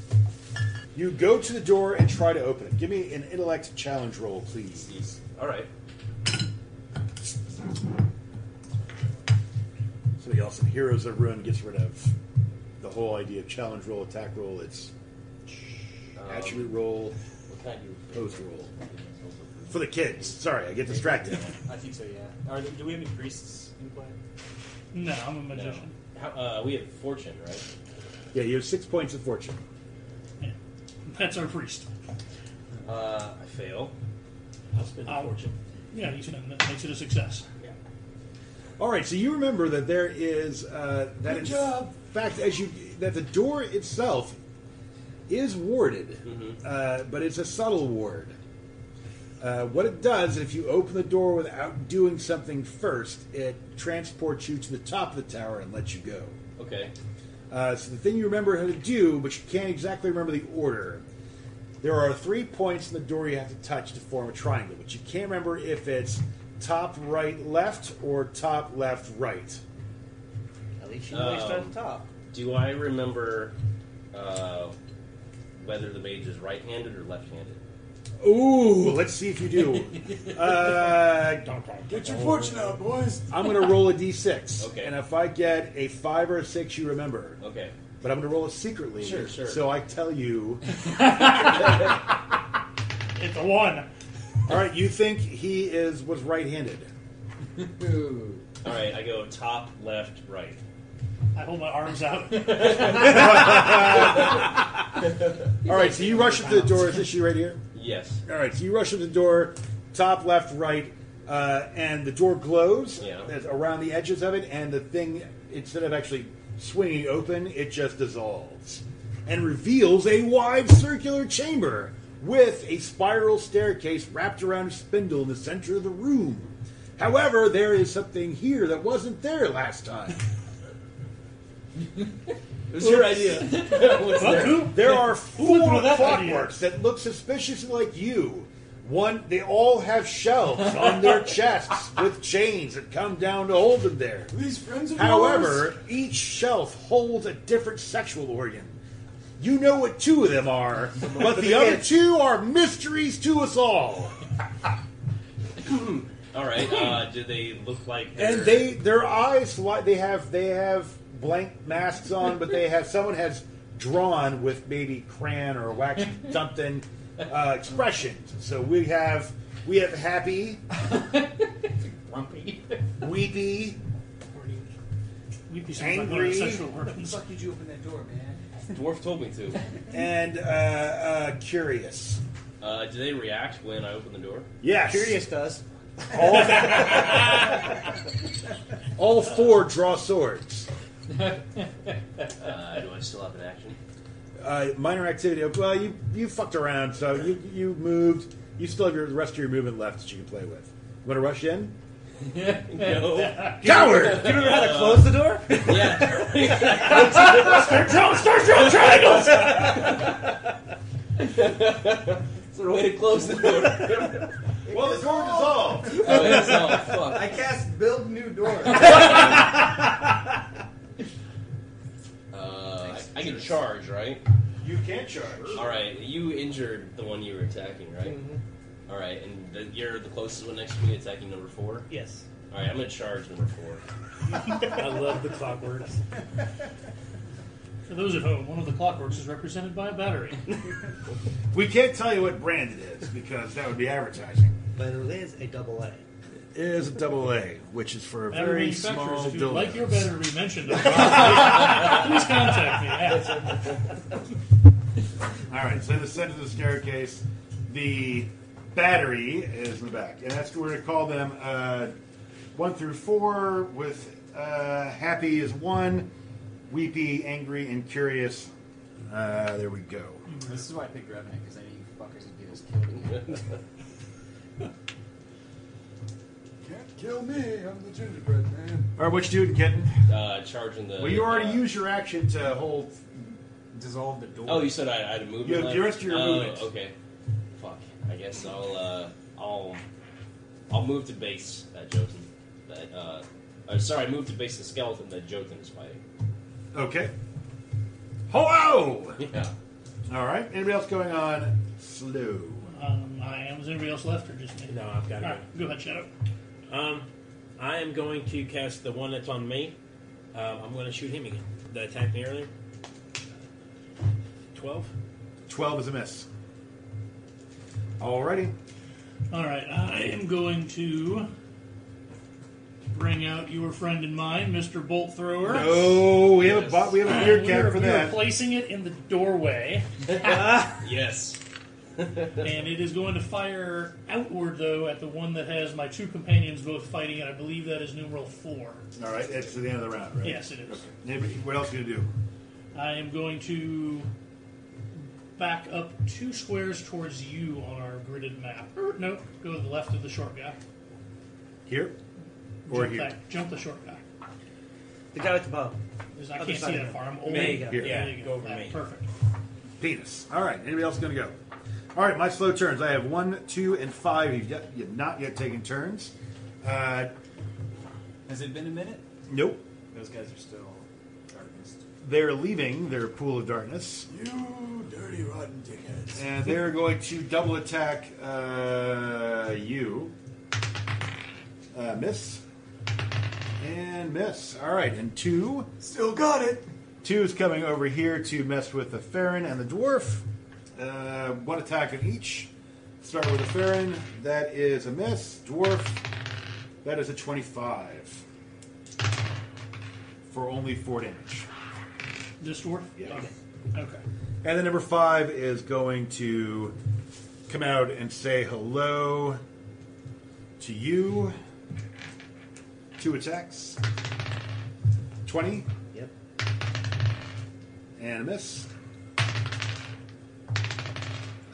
Speaker 2: You go to the door and try to open it. Give me an intellect challenge roll, please.
Speaker 3: All right.
Speaker 2: Somebody else in Heroes of Ruin gets rid of the whole idea of challenge roll, attack roll. It's attribute roll,
Speaker 3: Um, What kind of
Speaker 2: pose roll. For the kids. Sorry, I get
Speaker 3: *laughs*
Speaker 2: distracted.
Speaker 10: I think so. Yeah. Are there, do we have any priests in play?
Speaker 9: No, I'm a magician.
Speaker 3: How, uh, we have fortune, right?
Speaker 2: Yeah, you have six points of fortune.
Speaker 9: That's our priest.
Speaker 3: Uh, I fail.
Speaker 6: I'll spend a
Speaker 9: I'll-
Speaker 6: fortune.
Speaker 9: Yeah, he's been, that makes it a success.
Speaker 2: All right, so you remember that there is uh, that
Speaker 5: Good
Speaker 2: in
Speaker 5: job.
Speaker 2: fact as you that the door itself is warded,
Speaker 5: Mm-hmm.
Speaker 2: uh, but it's a subtle ward. Uh, what it does, if you open the door without doing something first, it transports you to the top of the tower and lets you go.
Speaker 3: Okay.
Speaker 2: Uh, so the thing you remember how to do, but you can't exactly remember the order. There are three points in the door you have to touch to form a triangle, but you can't remember if it's top right left or top left right.
Speaker 7: At least you know you start
Speaker 3: Um,
Speaker 7: at the top.
Speaker 3: Do I remember uh, whether the mage is right-handed or left-handed?
Speaker 2: Ooh, let's see if you
Speaker 3: *laughs*
Speaker 2: do. uh,
Speaker 5: Get your fortune out, boys.
Speaker 2: I'm going to roll a d6,
Speaker 3: Okay.
Speaker 2: and if I get a five or a six, you remember.
Speaker 3: Okay.
Speaker 2: But I'm going to roll it secretly,
Speaker 3: Sure, sure.
Speaker 2: so I tell
Speaker 3: *laughs*
Speaker 2: you.
Speaker 9: It's a one.
Speaker 2: All right, you think he is was right-handed?
Speaker 3: All right. I go top, left, right.
Speaker 9: I hold my arms out.
Speaker 2: All right, so you rush up to the door. Is this you right here?
Speaker 3: Yes.
Speaker 2: All right, so you rush up the door, top, left, right, uh, and the door glows
Speaker 3: Yeah.
Speaker 2: that's around the edges of it, and the thing, instead of actually swinging open, it just dissolves and reveals a wide circular chamber with a spiral staircase wrapped around a spindle in the center of the room. However, there is something here that wasn't there last time.
Speaker 3: It was your idea. What's
Speaker 9: Fuck
Speaker 3: there?
Speaker 9: who?
Speaker 2: There are
Speaker 9: Who
Speaker 2: four
Speaker 9: went with that idea?
Speaker 2: clockworks that look suspiciously like you. One, they all have shelves on
Speaker 9: *laughs*
Speaker 2: their chests with chains that come down to hold them there.
Speaker 5: These friends of yours.
Speaker 2: However, each shelf holds a different sexual organ. You know what two of them
Speaker 9: *laughs*
Speaker 2: are, but the other two are mysteries to us all.
Speaker 3: All right.
Speaker 2: *laughs*
Speaker 3: Uh, do they look like? they're-
Speaker 2: And they, their eyes, li- they have, they have blank masks on, but they have someone has drawn with maybe crayon or wax something uh, expressions. So we have, we have happy,
Speaker 3: grumpy.
Speaker 2: weepy,
Speaker 9: We'd be
Speaker 2: Angry.
Speaker 9: sexual organs.
Speaker 5: fuck did you open that door, man?
Speaker 3: Dwarf told me to.
Speaker 2: and uh, uh, curious.
Speaker 3: Uh, do they react when I open the door?
Speaker 2: Yes,
Speaker 7: Curious does.
Speaker 2: All four draw swords.
Speaker 3: Uh, do I still have an action?
Speaker 2: Uh, minor activity. Well, you you fucked around, so you you moved. You still have your, the rest of your movement left that you can play with. You want to rush in?
Speaker 3: No.
Speaker 2: *laughs* Coward!
Speaker 7: Do you remember how to close the door?
Speaker 3: yeah.
Speaker 9: Start drawing, start drawing triangles!
Speaker 3: Is there a way to close the
Speaker 2: *laughs*
Speaker 3: door?
Speaker 2: well, the door dissolved.
Speaker 3: Oh, it's all fuck.
Speaker 4: I cast build new
Speaker 5: *laughs*
Speaker 4: door.
Speaker 3: Uh, I, I can charge, right?
Speaker 2: You can charge.
Speaker 3: All right. You injured the one you were attacking, right? All right, and the, you're the closest one next to me, attacking number four.
Speaker 7: Yes.
Speaker 3: All right, I'm gonna charge number four.
Speaker 6: I love the clockworks.
Speaker 9: For those at home, one of the clockworks is represented by
Speaker 6: *laughs*
Speaker 9: a battery.
Speaker 2: We can't tell you what brand it is because that would be advertising.
Speaker 7: But it is a double A.
Speaker 2: It is a double A, which is for a
Speaker 9: Battery
Speaker 2: very
Speaker 9: manufacturers,
Speaker 2: small
Speaker 9: if you'd like
Speaker 2: dildos.
Speaker 9: your battery
Speaker 6: *laughs*
Speaker 9: mentioned, on the podcast, please contact me. Yeah.
Speaker 2: All right, so in the center of the staircase, the battery is in the back, and that's we're going to call them uh, one through four. With uh, happy is one, weepy, angry, and curious. Uh, there we go.
Speaker 10: This is why I picked Revenant because I knew you fuckers would get us killed.
Speaker 5: Can't kill me. I'm the gingerbread man.
Speaker 2: All right, what you doing, kitten?
Speaker 3: Uh, charging the.
Speaker 2: Well, you already
Speaker 3: uh,
Speaker 2: used your action to hold.
Speaker 10: Dissolve the door.
Speaker 3: Oh, you said I, I had a movement.
Speaker 2: You have
Speaker 3: left?
Speaker 2: the rest of your
Speaker 3: oh,
Speaker 2: movement.
Speaker 3: Okay. Fuck. I guess I'll uh, I'll I'll move to base that Jotun. That uh, uh, sorry, move to base the skeleton that Jotun is fighting.
Speaker 2: Okay. Hello.
Speaker 3: Yeah.
Speaker 2: All right. Anybody else going on slow?
Speaker 9: Um, I am. Is anybody else left or just me?
Speaker 6: No, I've got it.
Speaker 9: All right, go ahead, Shadow.
Speaker 6: Um, I am going to cast the one that's on me. Um, I'm going to shoot him again. That attacked me earlier. Twelve.
Speaker 2: 12 is a miss. Alrighty.
Speaker 9: All right, I am going to bring out your friend and mine, Mr. Bolt Thrower.
Speaker 2: No, Oh, we have a bot. We have a beard
Speaker 9: Uh,
Speaker 2: cap
Speaker 9: we're-
Speaker 2: for
Speaker 9: we're
Speaker 2: that.
Speaker 9: Placing it in the doorway.
Speaker 3: *laughs* yes.
Speaker 9: and it is going to fire outward, though, at the one that has my two companions both fighting, and I believe that is numeral four.
Speaker 2: All right, it's the end of the round, right?
Speaker 9: Yes, it is.
Speaker 2: Okay. Anybody- What else are you going to do?
Speaker 9: I am going to back up two squares towards you on our gridded map. Er, no, go to the left of the short guy.
Speaker 2: Here? Or
Speaker 9: jump
Speaker 2: here?
Speaker 9: Back, jump the short guy.
Speaker 7: The guy with the bow.
Speaker 9: Because I
Speaker 7: Other
Speaker 9: can't
Speaker 7: side
Speaker 9: see
Speaker 7: of
Speaker 9: that
Speaker 7: it.
Speaker 9: far. I'm
Speaker 7: There
Speaker 9: old.
Speaker 7: you go.
Speaker 2: Here.
Speaker 7: Yeah,
Speaker 9: There you
Speaker 7: go over
Speaker 9: Ah,
Speaker 7: me.
Speaker 9: Perfect.
Speaker 2: Penis. All right. Anybody else going to go? All right. My slow turns. I have one, two, and five. You've, yet, you've not yet taken turns. Uh,
Speaker 10: Has it been a minute?
Speaker 2: nope.
Speaker 10: Those guys are still darkness.
Speaker 2: They're leaving their pool of darkness,
Speaker 5: You dirty rotten dickheads.
Speaker 2: and Uh, they're going to double attack uh, you. Uh, miss and miss. All right, and two.
Speaker 5: Still got it.
Speaker 2: Two is coming over here to mess with the Farron and the Dwarf. Uh, one attack on each. Start with the Farron. That is a miss. Dwarf. That is a 25. For only 4 damage.
Speaker 9: This dwarf?
Speaker 2: Yeah.
Speaker 9: Okay. okay.
Speaker 2: And then number 5 is going to come out and say hello to you. Two attacks. 20
Speaker 7: Yep.
Speaker 2: and a miss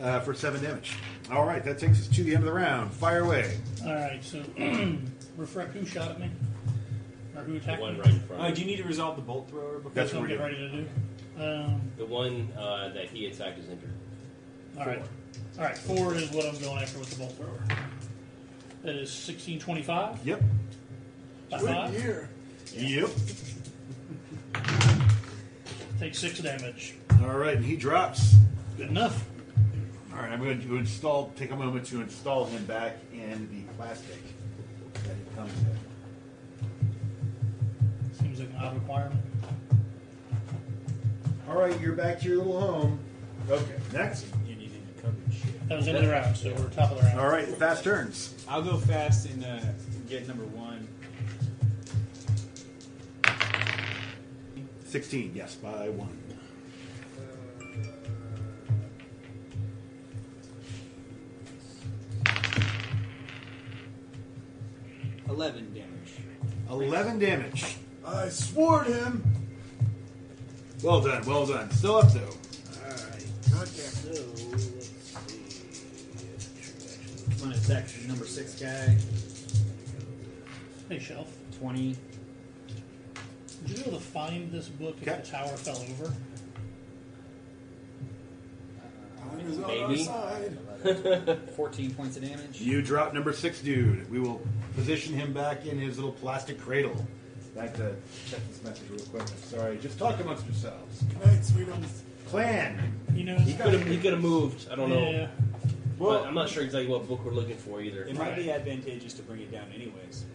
Speaker 2: uh, for seven damage. All right, that takes us to the end of the round. Fire away.
Speaker 9: All right, so *clears throat* reflect who shot at me? Or who
Speaker 3: The
Speaker 9: attacked
Speaker 3: one
Speaker 9: me?
Speaker 3: right in
Speaker 2: Oh,
Speaker 3: front
Speaker 10: Uh,
Speaker 3: of
Speaker 10: do
Speaker 3: you.
Speaker 10: you need to resolve the bolt thrower before?
Speaker 2: That's
Speaker 9: what
Speaker 2: what
Speaker 9: I'm
Speaker 2: we're
Speaker 9: getting ready to do. Um,
Speaker 3: The one uh, that he attacked is injured.
Speaker 9: all right. All right, four is what I'm going after with the bolt thrower. That is 1625.
Speaker 2: Yep.
Speaker 9: by
Speaker 5: Good
Speaker 9: five.
Speaker 5: year.
Speaker 2: Yep.
Speaker 9: Take six damage.
Speaker 2: All right, and he drops.
Speaker 9: Good enough.
Speaker 2: All right, I'm going to install. Take a moment to install him back in the plastic that he comes in.
Speaker 9: Seems like an odd requirement.
Speaker 2: All right, you're back to your little home. Okay, next.
Speaker 10: You need to cover shit.
Speaker 9: That was the end of the round, so we're top of the round.
Speaker 2: All right, fast turns.
Speaker 10: I'll go fast and uh, get number one.
Speaker 2: 16, yes, by one.
Speaker 10: Eleven damage.
Speaker 2: 11 damage.
Speaker 5: I swore to him.
Speaker 2: Well done, well done. Still up, though.
Speaker 7: Alright.
Speaker 5: God damn
Speaker 7: So, let's see.
Speaker 8: I'm going to attack number six guy.
Speaker 9: Hey, Shelf.
Speaker 8: 20.
Speaker 9: Would you be able to find this book if
Speaker 2: Okay.
Speaker 9: the tower fell over?
Speaker 5: it. Time is on our
Speaker 10: *laughs*
Speaker 3: Maybe.
Speaker 5: side.
Speaker 8: 14 points of damage.
Speaker 2: You drop number six, dude. We will position him back in his little plastic cradle. I have to check this message real quick. I'm sorry. Just talk amongst yourselves.
Speaker 5: Night, sweetums.
Speaker 2: Plan.
Speaker 9: You know,
Speaker 3: He could have. He could have moved. I don't know.
Speaker 9: yeah.
Speaker 10: Well-
Speaker 3: but I'm not sure exactly what book we're looking for either.
Speaker 10: It might be advantageous to bring it down, anyways.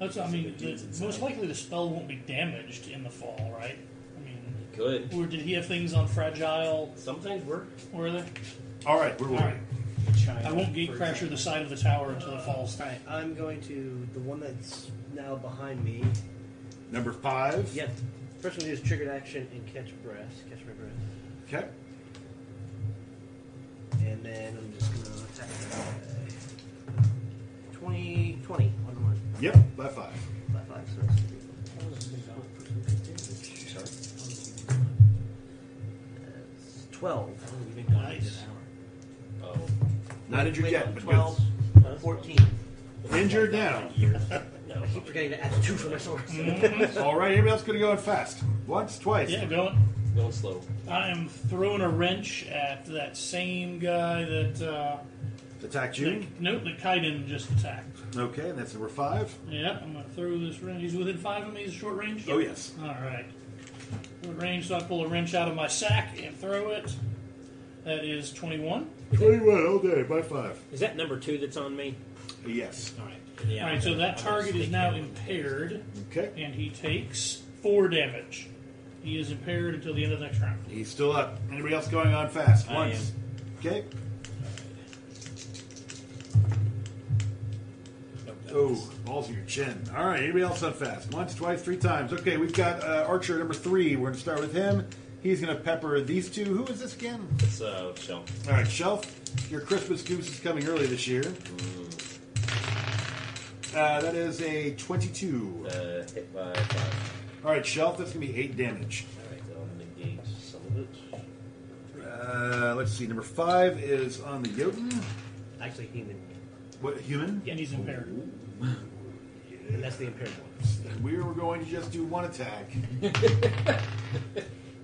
Speaker 9: That's, I mean, the,
Speaker 10: It's inside.
Speaker 9: most likely the spell won't be damaged in the fall, right? I mean,
Speaker 3: Good.
Speaker 9: or did he have things on fragile?
Speaker 3: Some things work.
Speaker 9: Were there?
Speaker 2: All right, we're
Speaker 9: All
Speaker 2: ready.
Speaker 9: right.
Speaker 10: China,
Speaker 9: I won't
Speaker 10: for
Speaker 9: gatecrasher the side of the tower until it falls.
Speaker 7: Alright, I'm going to. The one that's now behind me.
Speaker 2: Number five.
Speaker 7: Yep. First one is triggered action and catch breath. Catch my breath.
Speaker 2: Okay.
Speaker 7: And then I'm just going to attack that guy. 20, 20 on one.
Speaker 2: Yep. By five.
Speaker 7: By five, so that's three.
Speaker 3: Sorry.
Speaker 7: That's 12.
Speaker 9: Nice.
Speaker 3: Oh,
Speaker 2: Not injured
Speaker 7: Wait,
Speaker 2: yet, but
Speaker 7: 12,
Speaker 2: good.
Speaker 7: 14.
Speaker 2: Injured *laughs* now.
Speaker 3: no.
Speaker 7: I keep forgetting to add two for my sword.
Speaker 2: Mm-hmm. All right. Everybody else going to go in fast. Once, twice.
Speaker 9: Yeah, going.
Speaker 3: Going slow.
Speaker 9: I'm throwing a wrench at that same guy that. Uh,
Speaker 2: Attack you.
Speaker 9: that nope, that Kaiden just attacked.
Speaker 2: Okay, and that's number five.
Speaker 9: Yeah, I'm gonna throw this wrench. He's within five of me. He's short range.
Speaker 2: Oh yes.
Speaker 9: All right. Short range, so I pull a wrench out of my sack and throw it. That is 21.
Speaker 2: 21 all day by 5.
Speaker 6: Is that number two that's on me?
Speaker 2: Yes.
Speaker 6: All right.
Speaker 9: All right, so that target is now impaired.
Speaker 2: Okay.
Speaker 9: And he takes four damage. He is impaired until the end of the next round.
Speaker 2: He's still up. Anybody else going on fast?
Speaker 9: I
Speaker 2: Once. Okay. Oh, balls of your chin. All right, anybody else on fast? Once, twice, three times. Okay, we've got uh, Archer number three. We're going to start with him. He's going to pepper these two. Who is this again?
Speaker 3: It's uh, shell.
Speaker 2: All right, Shelf, your Christmas goose is coming early this year.
Speaker 7: Mm.
Speaker 2: Uh, that is a 22.
Speaker 3: Uh, hit by five.
Speaker 2: All right, Shelf, that's going to be 8 damage.
Speaker 3: All right, I'll negate some of it.
Speaker 2: Uh, let's see, number 5 is on the Jotun.
Speaker 7: Actually, human.
Speaker 2: What, human?
Speaker 9: And he's impaired.
Speaker 7: And that's the impaired one.
Speaker 2: We were going to just do one
Speaker 7: *laughs*
Speaker 2: attack.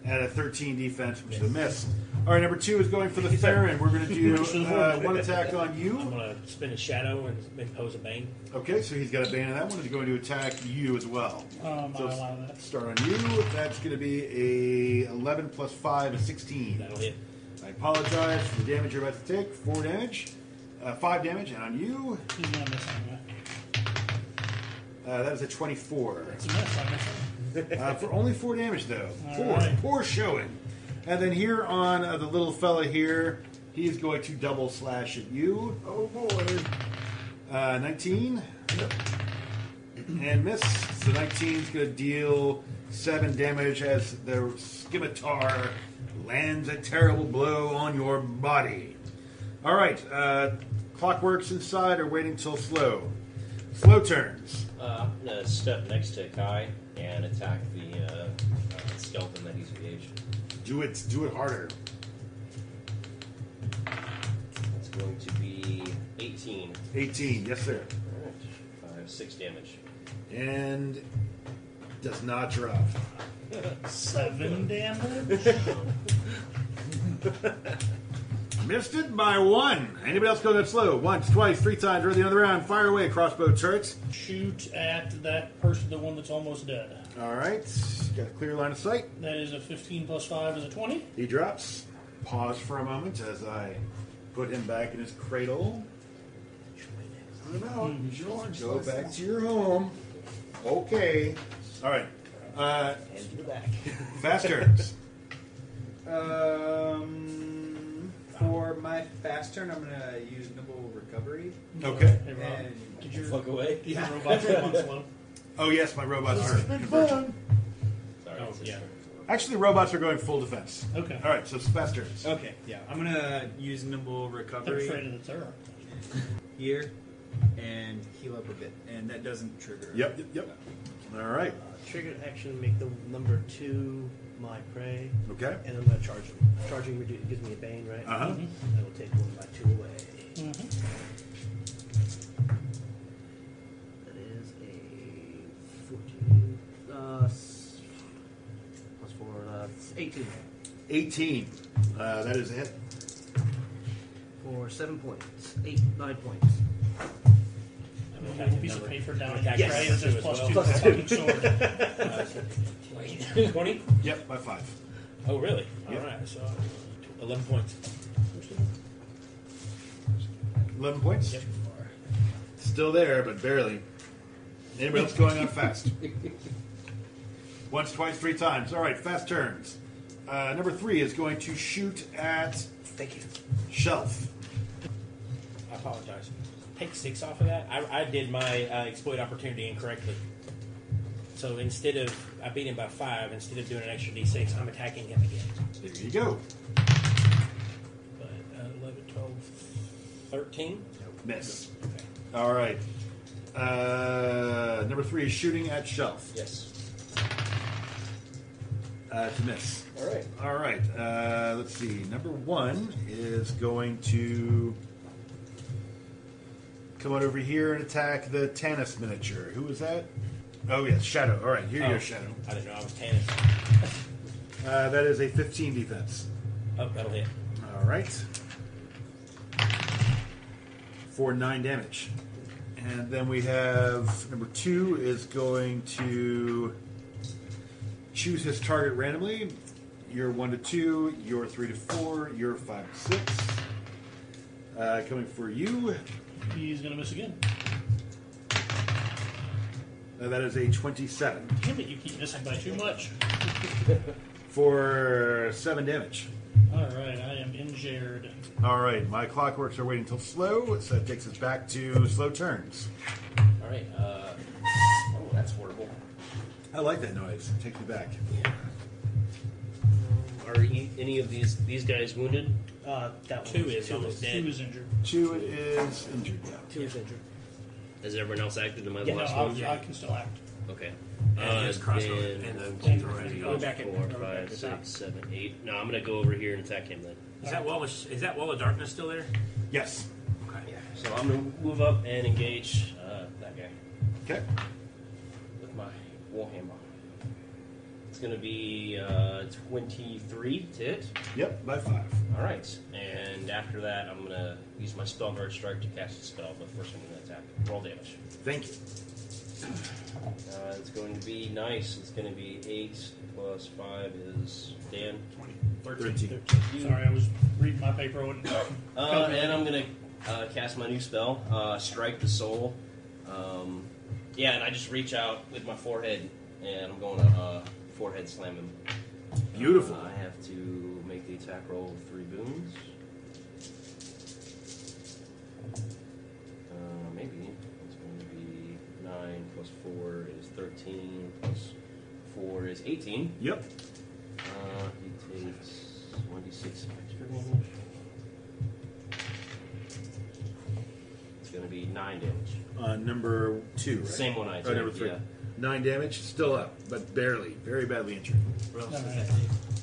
Speaker 2: At a 13 defense, which is a miss. All right, number 2 is going for the Theron. We're going to
Speaker 7: *laughs*
Speaker 2: do uh, one attack on you.
Speaker 6: I'm gonna spin a shadow and impose a bane.
Speaker 2: Okay, so he's got a ban on that one. He's going to attack you as well.
Speaker 9: Um,
Speaker 2: so
Speaker 9: I allow that.
Speaker 2: start on you. That's going to be a 11 plus 5, a 16.
Speaker 6: That'll hit.
Speaker 2: I apologize for the damage you're about to take. 4 damage. Uh, 5 damage. And on you,
Speaker 9: He's not missing. Anyway.
Speaker 2: uh, that is a 24.
Speaker 9: It's a miss. I missed
Speaker 2: Uh, for only 4 damage, though.
Speaker 9: All
Speaker 2: 4.
Speaker 9: right.
Speaker 2: Poor showing. And then here on uh, the little fella here, he's going to double slash at you.
Speaker 5: Oh boy.
Speaker 2: Uh, 19. And miss. So 19's going to deal 7 damage as the scimitar lands a terrible blow on your body. All right. Uh, clockworks inside are waiting till slow. Slow turns.
Speaker 3: Uh, I'm gonna step next to Kai and attack the uh, uh, skeleton that he's engaged.
Speaker 2: Do it. Do it harder.
Speaker 3: That's going to be 18.
Speaker 2: 18. Yes, sir.
Speaker 3: All right, five, six damage.
Speaker 2: And does not drop.
Speaker 9: that. Seven
Speaker 2: *laughs*
Speaker 9: damage.
Speaker 2: Missed it by one. Anybody else go that slow? Once, twice, three times, or the other round. Fire away, crossbow turrets.
Speaker 9: Shoot at that person, the one that's almost dead.
Speaker 2: All right. Got a clear line of sight.
Speaker 9: That is a 15 plus 5 is a 20.
Speaker 2: He drops. Pause for a moment as I put him back in his cradle.
Speaker 5: I'm out. George.
Speaker 2: Go back to your home. Okay. All right. Uh,
Speaker 7: And
Speaker 2: *laughs*
Speaker 7: you're back.
Speaker 2: fast turns.
Speaker 4: Um,
Speaker 10: for
Speaker 4: my fast turn, I'm gonna use nimble recovery.
Speaker 2: Okay.
Speaker 9: Hey, Rob.
Speaker 4: And
Speaker 9: Did your,
Speaker 3: Fuck away.
Speaker 9: did your robot turn on slow?
Speaker 2: Oh yes, my robots
Speaker 5: This has
Speaker 2: are.
Speaker 5: been fun.
Speaker 3: Sorry.
Speaker 6: Oh,
Speaker 3: it's his
Speaker 6: yeah.
Speaker 3: turn.
Speaker 2: Actually, robots are going full defense.
Speaker 9: Okay.
Speaker 2: All right, so it's fast turns.
Speaker 10: Okay.
Speaker 4: yeah,
Speaker 10: I'm gonna use nimble
Speaker 9: I'm afraid
Speaker 10: recovery
Speaker 9: of the terror.
Speaker 10: here and heal up a bit, and that doesn't trigger.
Speaker 2: Yep. Yep. Yep. All right.
Speaker 7: Uh, triggered action, make the number two my prey,
Speaker 2: Okay.
Speaker 7: and I'm going to charge him. Charging redu- gives me a bane, right?
Speaker 2: Uh huh.
Speaker 7: I will take one by two away.
Speaker 9: Mhm.
Speaker 7: That is a 14. Uh, s- plus 4, uh, it's 18.
Speaker 2: Eighteen. Uh, that is a hit.
Speaker 7: For 7 points. 8, 9 points.
Speaker 6: I'm
Speaker 9: We'll have
Speaker 6: attacking
Speaker 9: a piece of
Speaker 6: number-
Speaker 9: paper down
Speaker 6: I'm
Speaker 9: in your
Speaker 6: attacking
Speaker 9: tray
Speaker 6: number
Speaker 9: that says
Speaker 6: two as
Speaker 9: plus
Speaker 6: well.
Speaker 9: two
Speaker 7: Plus
Speaker 9: for fucking
Speaker 6: *laughs*
Speaker 9: sword.
Speaker 6: Twenty.
Speaker 2: Yep. By five.
Speaker 6: Oh, really?
Speaker 2: Yeah.
Speaker 6: All right. So, eleven points.
Speaker 2: Eleven points.
Speaker 6: Yep.
Speaker 2: Still there, but barely. Anybody else going on fast? Once, twice, three times. All right. Fast turns. Uh, number three is going to shoot at
Speaker 7: Thank you.
Speaker 2: shelf.
Speaker 6: I apologize. Take six off of that. I, I did my uh, exploit opportunity incorrectly. So instead of I beat him by five, instead of doing an extra d6, I'm attacking him again.
Speaker 2: There you go.
Speaker 6: But uh, 11, 12, 13.
Speaker 2: Miss.
Speaker 6: Okay.
Speaker 2: All right. Uh, number three is shooting at shelf.
Speaker 3: Yes.
Speaker 2: Uh, to miss.
Speaker 3: All right.
Speaker 2: All right. Uh, let's see. Number one is going to come on over here and attack the Tanis miniature. Who is that? Oh yes, Shadow. All right, here you
Speaker 6: Oh.
Speaker 2: go, Shadow.
Speaker 6: I didn't know I was tanning.
Speaker 2: Uh, that is a 15 defense.
Speaker 6: Oh, that'll hit.
Speaker 2: All right. For nine damage, and then we have number two is going to choose his target randomly. You're one to two. You're three to four. You're five to six. Uh, coming for you.
Speaker 9: He's going to miss again.
Speaker 2: Uh, that is a 27
Speaker 9: Damn it, you keep missing by too much.
Speaker 2: for seven damage.
Speaker 9: All right, I am injured.
Speaker 2: All right, my clockworks are waiting until slow, so that takes us back to slow turns.
Speaker 3: All right. Uh, oh, that's horrible.
Speaker 2: I like that noise. It takes me back.
Speaker 3: Are e- any of these these guys wounded?
Speaker 7: Uh, that one
Speaker 6: Two
Speaker 7: was-
Speaker 6: is almost dead.
Speaker 9: He was injured.
Speaker 2: Two is injured now.
Speaker 7: Two is injured.
Speaker 3: Is everyone else active? Am I the
Speaker 9: Yeah, no,
Speaker 3: last
Speaker 9: I,
Speaker 3: one?
Speaker 9: I can still act.
Speaker 3: Okay.
Speaker 11: And his crossbow
Speaker 3: then
Speaker 11: and the
Speaker 3: one,
Speaker 11: thrower has
Speaker 3: two,
Speaker 11: to go back
Speaker 6: in-
Speaker 3: four,
Speaker 6: go back
Speaker 3: five,
Speaker 6: to the
Speaker 3: six,
Speaker 6: top.
Speaker 3: seven, eight. No, I'm gonna go over here and attack him then.
Speaker 11: Is that wall of, is that wall of darkness still there?
Speaker 2: Yes.
Speaker 11: Okay.
Speaker 3: So I'm gonna move up and engage uh, that guy
Speaker 2: Okay.
Speaker 3: with my warhammer. It's gonna be uh, 23 to hit.
Speaker 2: Yep, by five.
Speaker 3: All right. And after that, I'm gonna use my spell guard strike to cast a spell. But first, I'm gonna attack. Roll damage.
Speaker 2: Thank you.
Speaker 3: Uh, it's going to be nice. It's going to be 8 plus 5 is Dan.
Speaker 11: 13.
Speaker 9: Sorry, I was reading my paper. I wouldn't-
Speaker 3: Uh, and I'm going to uh, cast my new spell, uh, Strike the Soul. Um, yeah, and I just reach out with my forehead, and I'm going to uh, forehead slam him.
Speaker 2: Beautiful.
Speaker 3: Uh, I have to make the attack roll with three boons. Uh, maybe. It's going to be 9 plus 4 is 13, plus 4 is 18.
Speaker 2: Yep.
Speaker 3: Uh, he takes 1d6 extra damage. It's going to be 9 damage.
Speaker 2: Uh, number two. Right?
Speaker 3: Same one I
Speaker 2: Oh, number
Speaker 3: took,
Speaker 2: three.
Speaker 3: yeah.
Speaker 2: Nine damage, still up, but barely. Very badly injured.
Speaker 9: All right.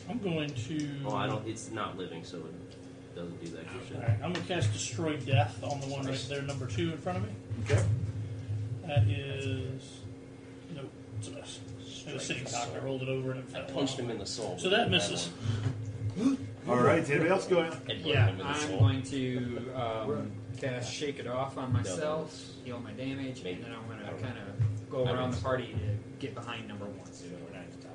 Speaker 9: I'm going to.
Speaker 3: Oh, I don't. It's not living, so it doesn't do that good
Speaker 9: All
Speaker 3: shit.
Speaker 9: right, I'm gonna cast Destroy Death on the one right there, number two in front of me.
Speaker 2: Okay.
Speaker 9: That is no, it's a mess. It was sitting
Speaker 3: Strike.
Speaker 9: cock. I rolled it over and it
Speaker 3: I
Speaker 9: fell.
Speaker 3: punched him in the soul.
Speaker 9: So that misses.
Speaker 2: All right. is Anybody else going?
Speaker 3: And put
Speaker 8: Yeah,
Speaker 3: him in the
Speaker 8: I'm
Speaker 3: soul.
Speaker 8: going to um, kind
Speaker 3: Yeah.
Speaker 8: of shake it off on
Speaker 3: that
Speaker 8: myself,
Speaker 3: was-
Speaker 8: heal my damage,
Speaker 3: Maybe.
Speaker 8: and then I'm going
Speaker 3: I
Speaker 8: to
Speaker 3: don't
Speaker 8: kind of go
Speaker 3: I don't-
Speaker 8: around the party to get behind number one. So we're not at the top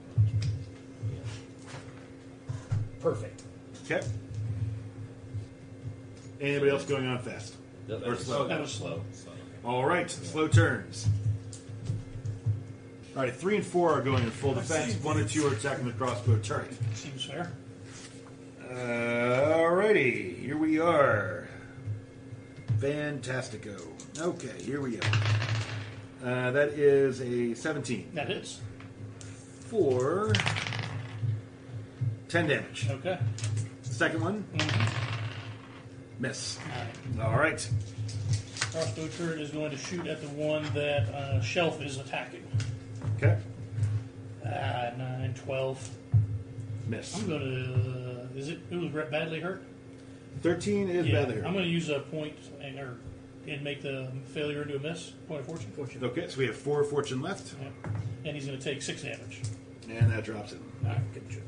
Speaker 8: Perfect.
Speaker 2: Okay. Anybody else going on fast?
Speaker 3: No, that
Speaker 2: Or
Speaker 3: was-
Speaker 2: slow?
Speaker 9: That was slow.
Speaker 2: All right, slow turns. All right, three and four are going in full defense. One and two are attacking the crossbow turret.
Speaker 9: Seems fair.
Speaker 2: Uh, Alrighty, here we are. Fantastico. Okay, here we go. Uh, that is a 17
Speaker 9: That hits.
Speaker 2: for 10 damage.
Speaker 9: Okay.
Speaker 2: Second one,
Speaker 9: Mhm.
Speaker 2: miss.
Speaker 9: All right.
Speaker 2: Alright,
Speaker 9: Crossbow turret is going to shoot at the one that uh, Shelf is attacking.
Speaker 2: okay,
Speaker 9: Ah, nine, twelve.
Speaker 2: miss.
Speaker 9: I'm gonna. Is it? It was badly hurt.
Speaker 2: 13 is
Speaker 9: Yeah,
Speaker 2: better.
Speaker 9: I'm going to use a point and or and make the failure into a miss. Point of fortune. Fortune.
Speaker 2: Okay, so we have four fortune left,
Speaker 9: And he's going to take six damage.
Speaker 2: and that drops it.
Speaker 9: All right, good shit.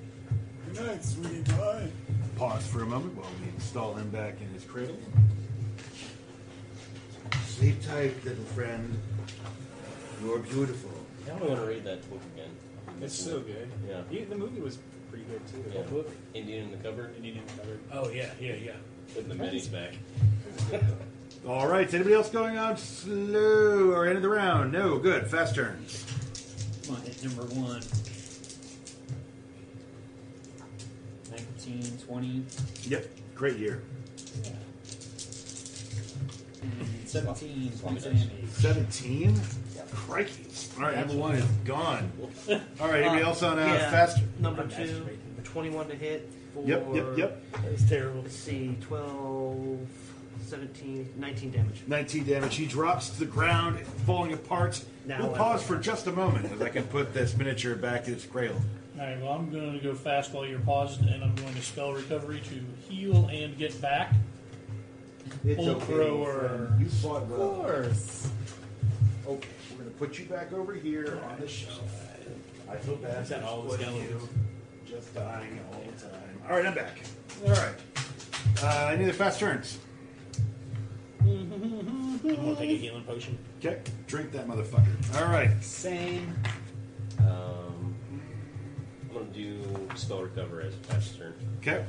Speaker 5: Good night, sweetie pie.
Speaker 2: Pause for a moment while we install him back in his cradle. Sleep tight, little friend. You're beautiful.
Speaker 3: I don't want to read that book again.
Speaker 10: It's so good.
Speaker 3: Yeah.
Speaker 10: You- the movie was pretty good too.
Speaker 3: Yeah. Indian in the cupboard.
Speaker 10: Indian covered.
Speaker 11: Oh, yeah, yeah, yeah.
Speaker 3: Putting the minis back.
Speaker 2: All right, is anybody else going out slow or end of the round? No, good. Fast turns.
Speaker 8: Come on, hit number one. 19, 20,
Speaker 2: Yep, great year.
Speaker 8: and 17 points of
Speaker 3: Swami
Speaker 8: damage.
Speaker 2: 17? Crikey. All right, number one is
Speaker 7: *laughs*
Speaker 2: gone. All right, *laughs* anybody
Speaker 7: Uh,
Speaker 2: else on uh,
Speaker 7: yeah.
Speaker 2: fast?
Speaker 7: Number
Speaker 6: I'm
Speaker 7: two,
Speaker 6: masturbating.
Speaker 7: 21 to hit. For,
Speaker 2: Yep, yep, yep.
Speaker 6: It's terrible.
Speaker 7: Let's see, 12, 17, 19 damage.
Speaker 2: 19 damage. He drops to the ground, falling apart.
Speaker 7: Now
Speaker 2: we'll
Speaker 7: what?
Speaker 2: pause for just a moment as I can put this miniature back in its cradle.
Speaker 9: All right. Well, I'm going to go fast while you're paused, and I'm going to spell recovery to heal and get back.
Speaker 2: It's
Speaker 9: Old
Speaker 2: okay,
Speaker 9: grower.
Speaker 2: friend. You fought
Speaker 10: Of
Speaker 2: well.
Speaker 10: course.
Speaker 2: Okay, we're gonna put you back over here on the shelf. I feel bad.
Speaker 11: Is that all the
Speaker 2: for
Speaker 11: skeletons?
Speaker 2: you. Just dying all the time. All right, I'm back. All right. Uh, any other fast turns?
Speaker 6: I'm going to take a healing potion.
Speaker 2: Okay, drink that motherfucker. All right.
Speaker 8: Same.
Speaker 3: Um, I'm going to do spell recover as a last turn.
Speaker 2: Okay.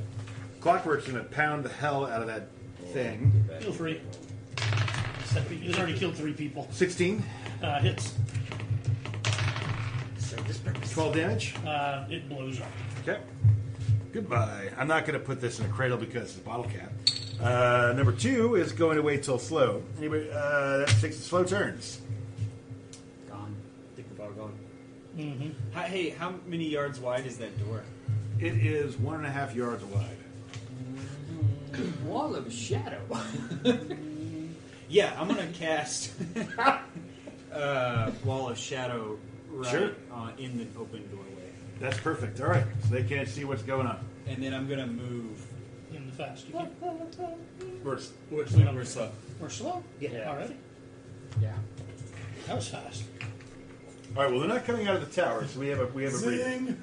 Speaker 2: Clockwork's gonna pound the hell out of that thing.
Speaker 9: Feel free. Except he- He's already killed three people.
Speaker 2: 16.
Speaker 9: Uh, hits.
Speaker 7: Serve this purpose.
Speaker 2: 12 damage.
Speaker 9: Uh, it blows up.
Speaker 2: Okay. Goodbye. I'm not going to put this in a cradle because it's a bottle cap. Uh, number two is going to wait till slow. Anybody, uh, that takes the slow turns.
Speaker 8: Gone.
Speaker 7: I think we're all gone.
Speaker 9: Mm-hmm.
Speaker 10: How, hey, how many yards wide is that door?
Speaker 2: It is one and a half yards wide.
Speaker 8: Wall of shadow.
Speaker 10: *laughs* Yeah, I'm gonna cast *laughs* uh, wall of shadow right
Speaker 2: Sure.
Speaker 10: uh, in the open doorway,
Speaker 2: That's perfect. All right. So they can't see what's going on.
Speaker 10: and then I'm gonna move.
Speaker 9: In the fast. You can.
Speaker 2: We're,
Speaker 10: We're slow. We're
Speaker 2: uh,
Speaker 10: slow.
Speaker 9: We're slow.
Speaker 7: Yeah.
Speaker 9: Already.
Speaker 7: Yeah.
Speaker 9: That was fast.
Speaker 2: all right. Well, they're not coming out of the tower, so we have a we have a breather.
Speaker 10: Zing!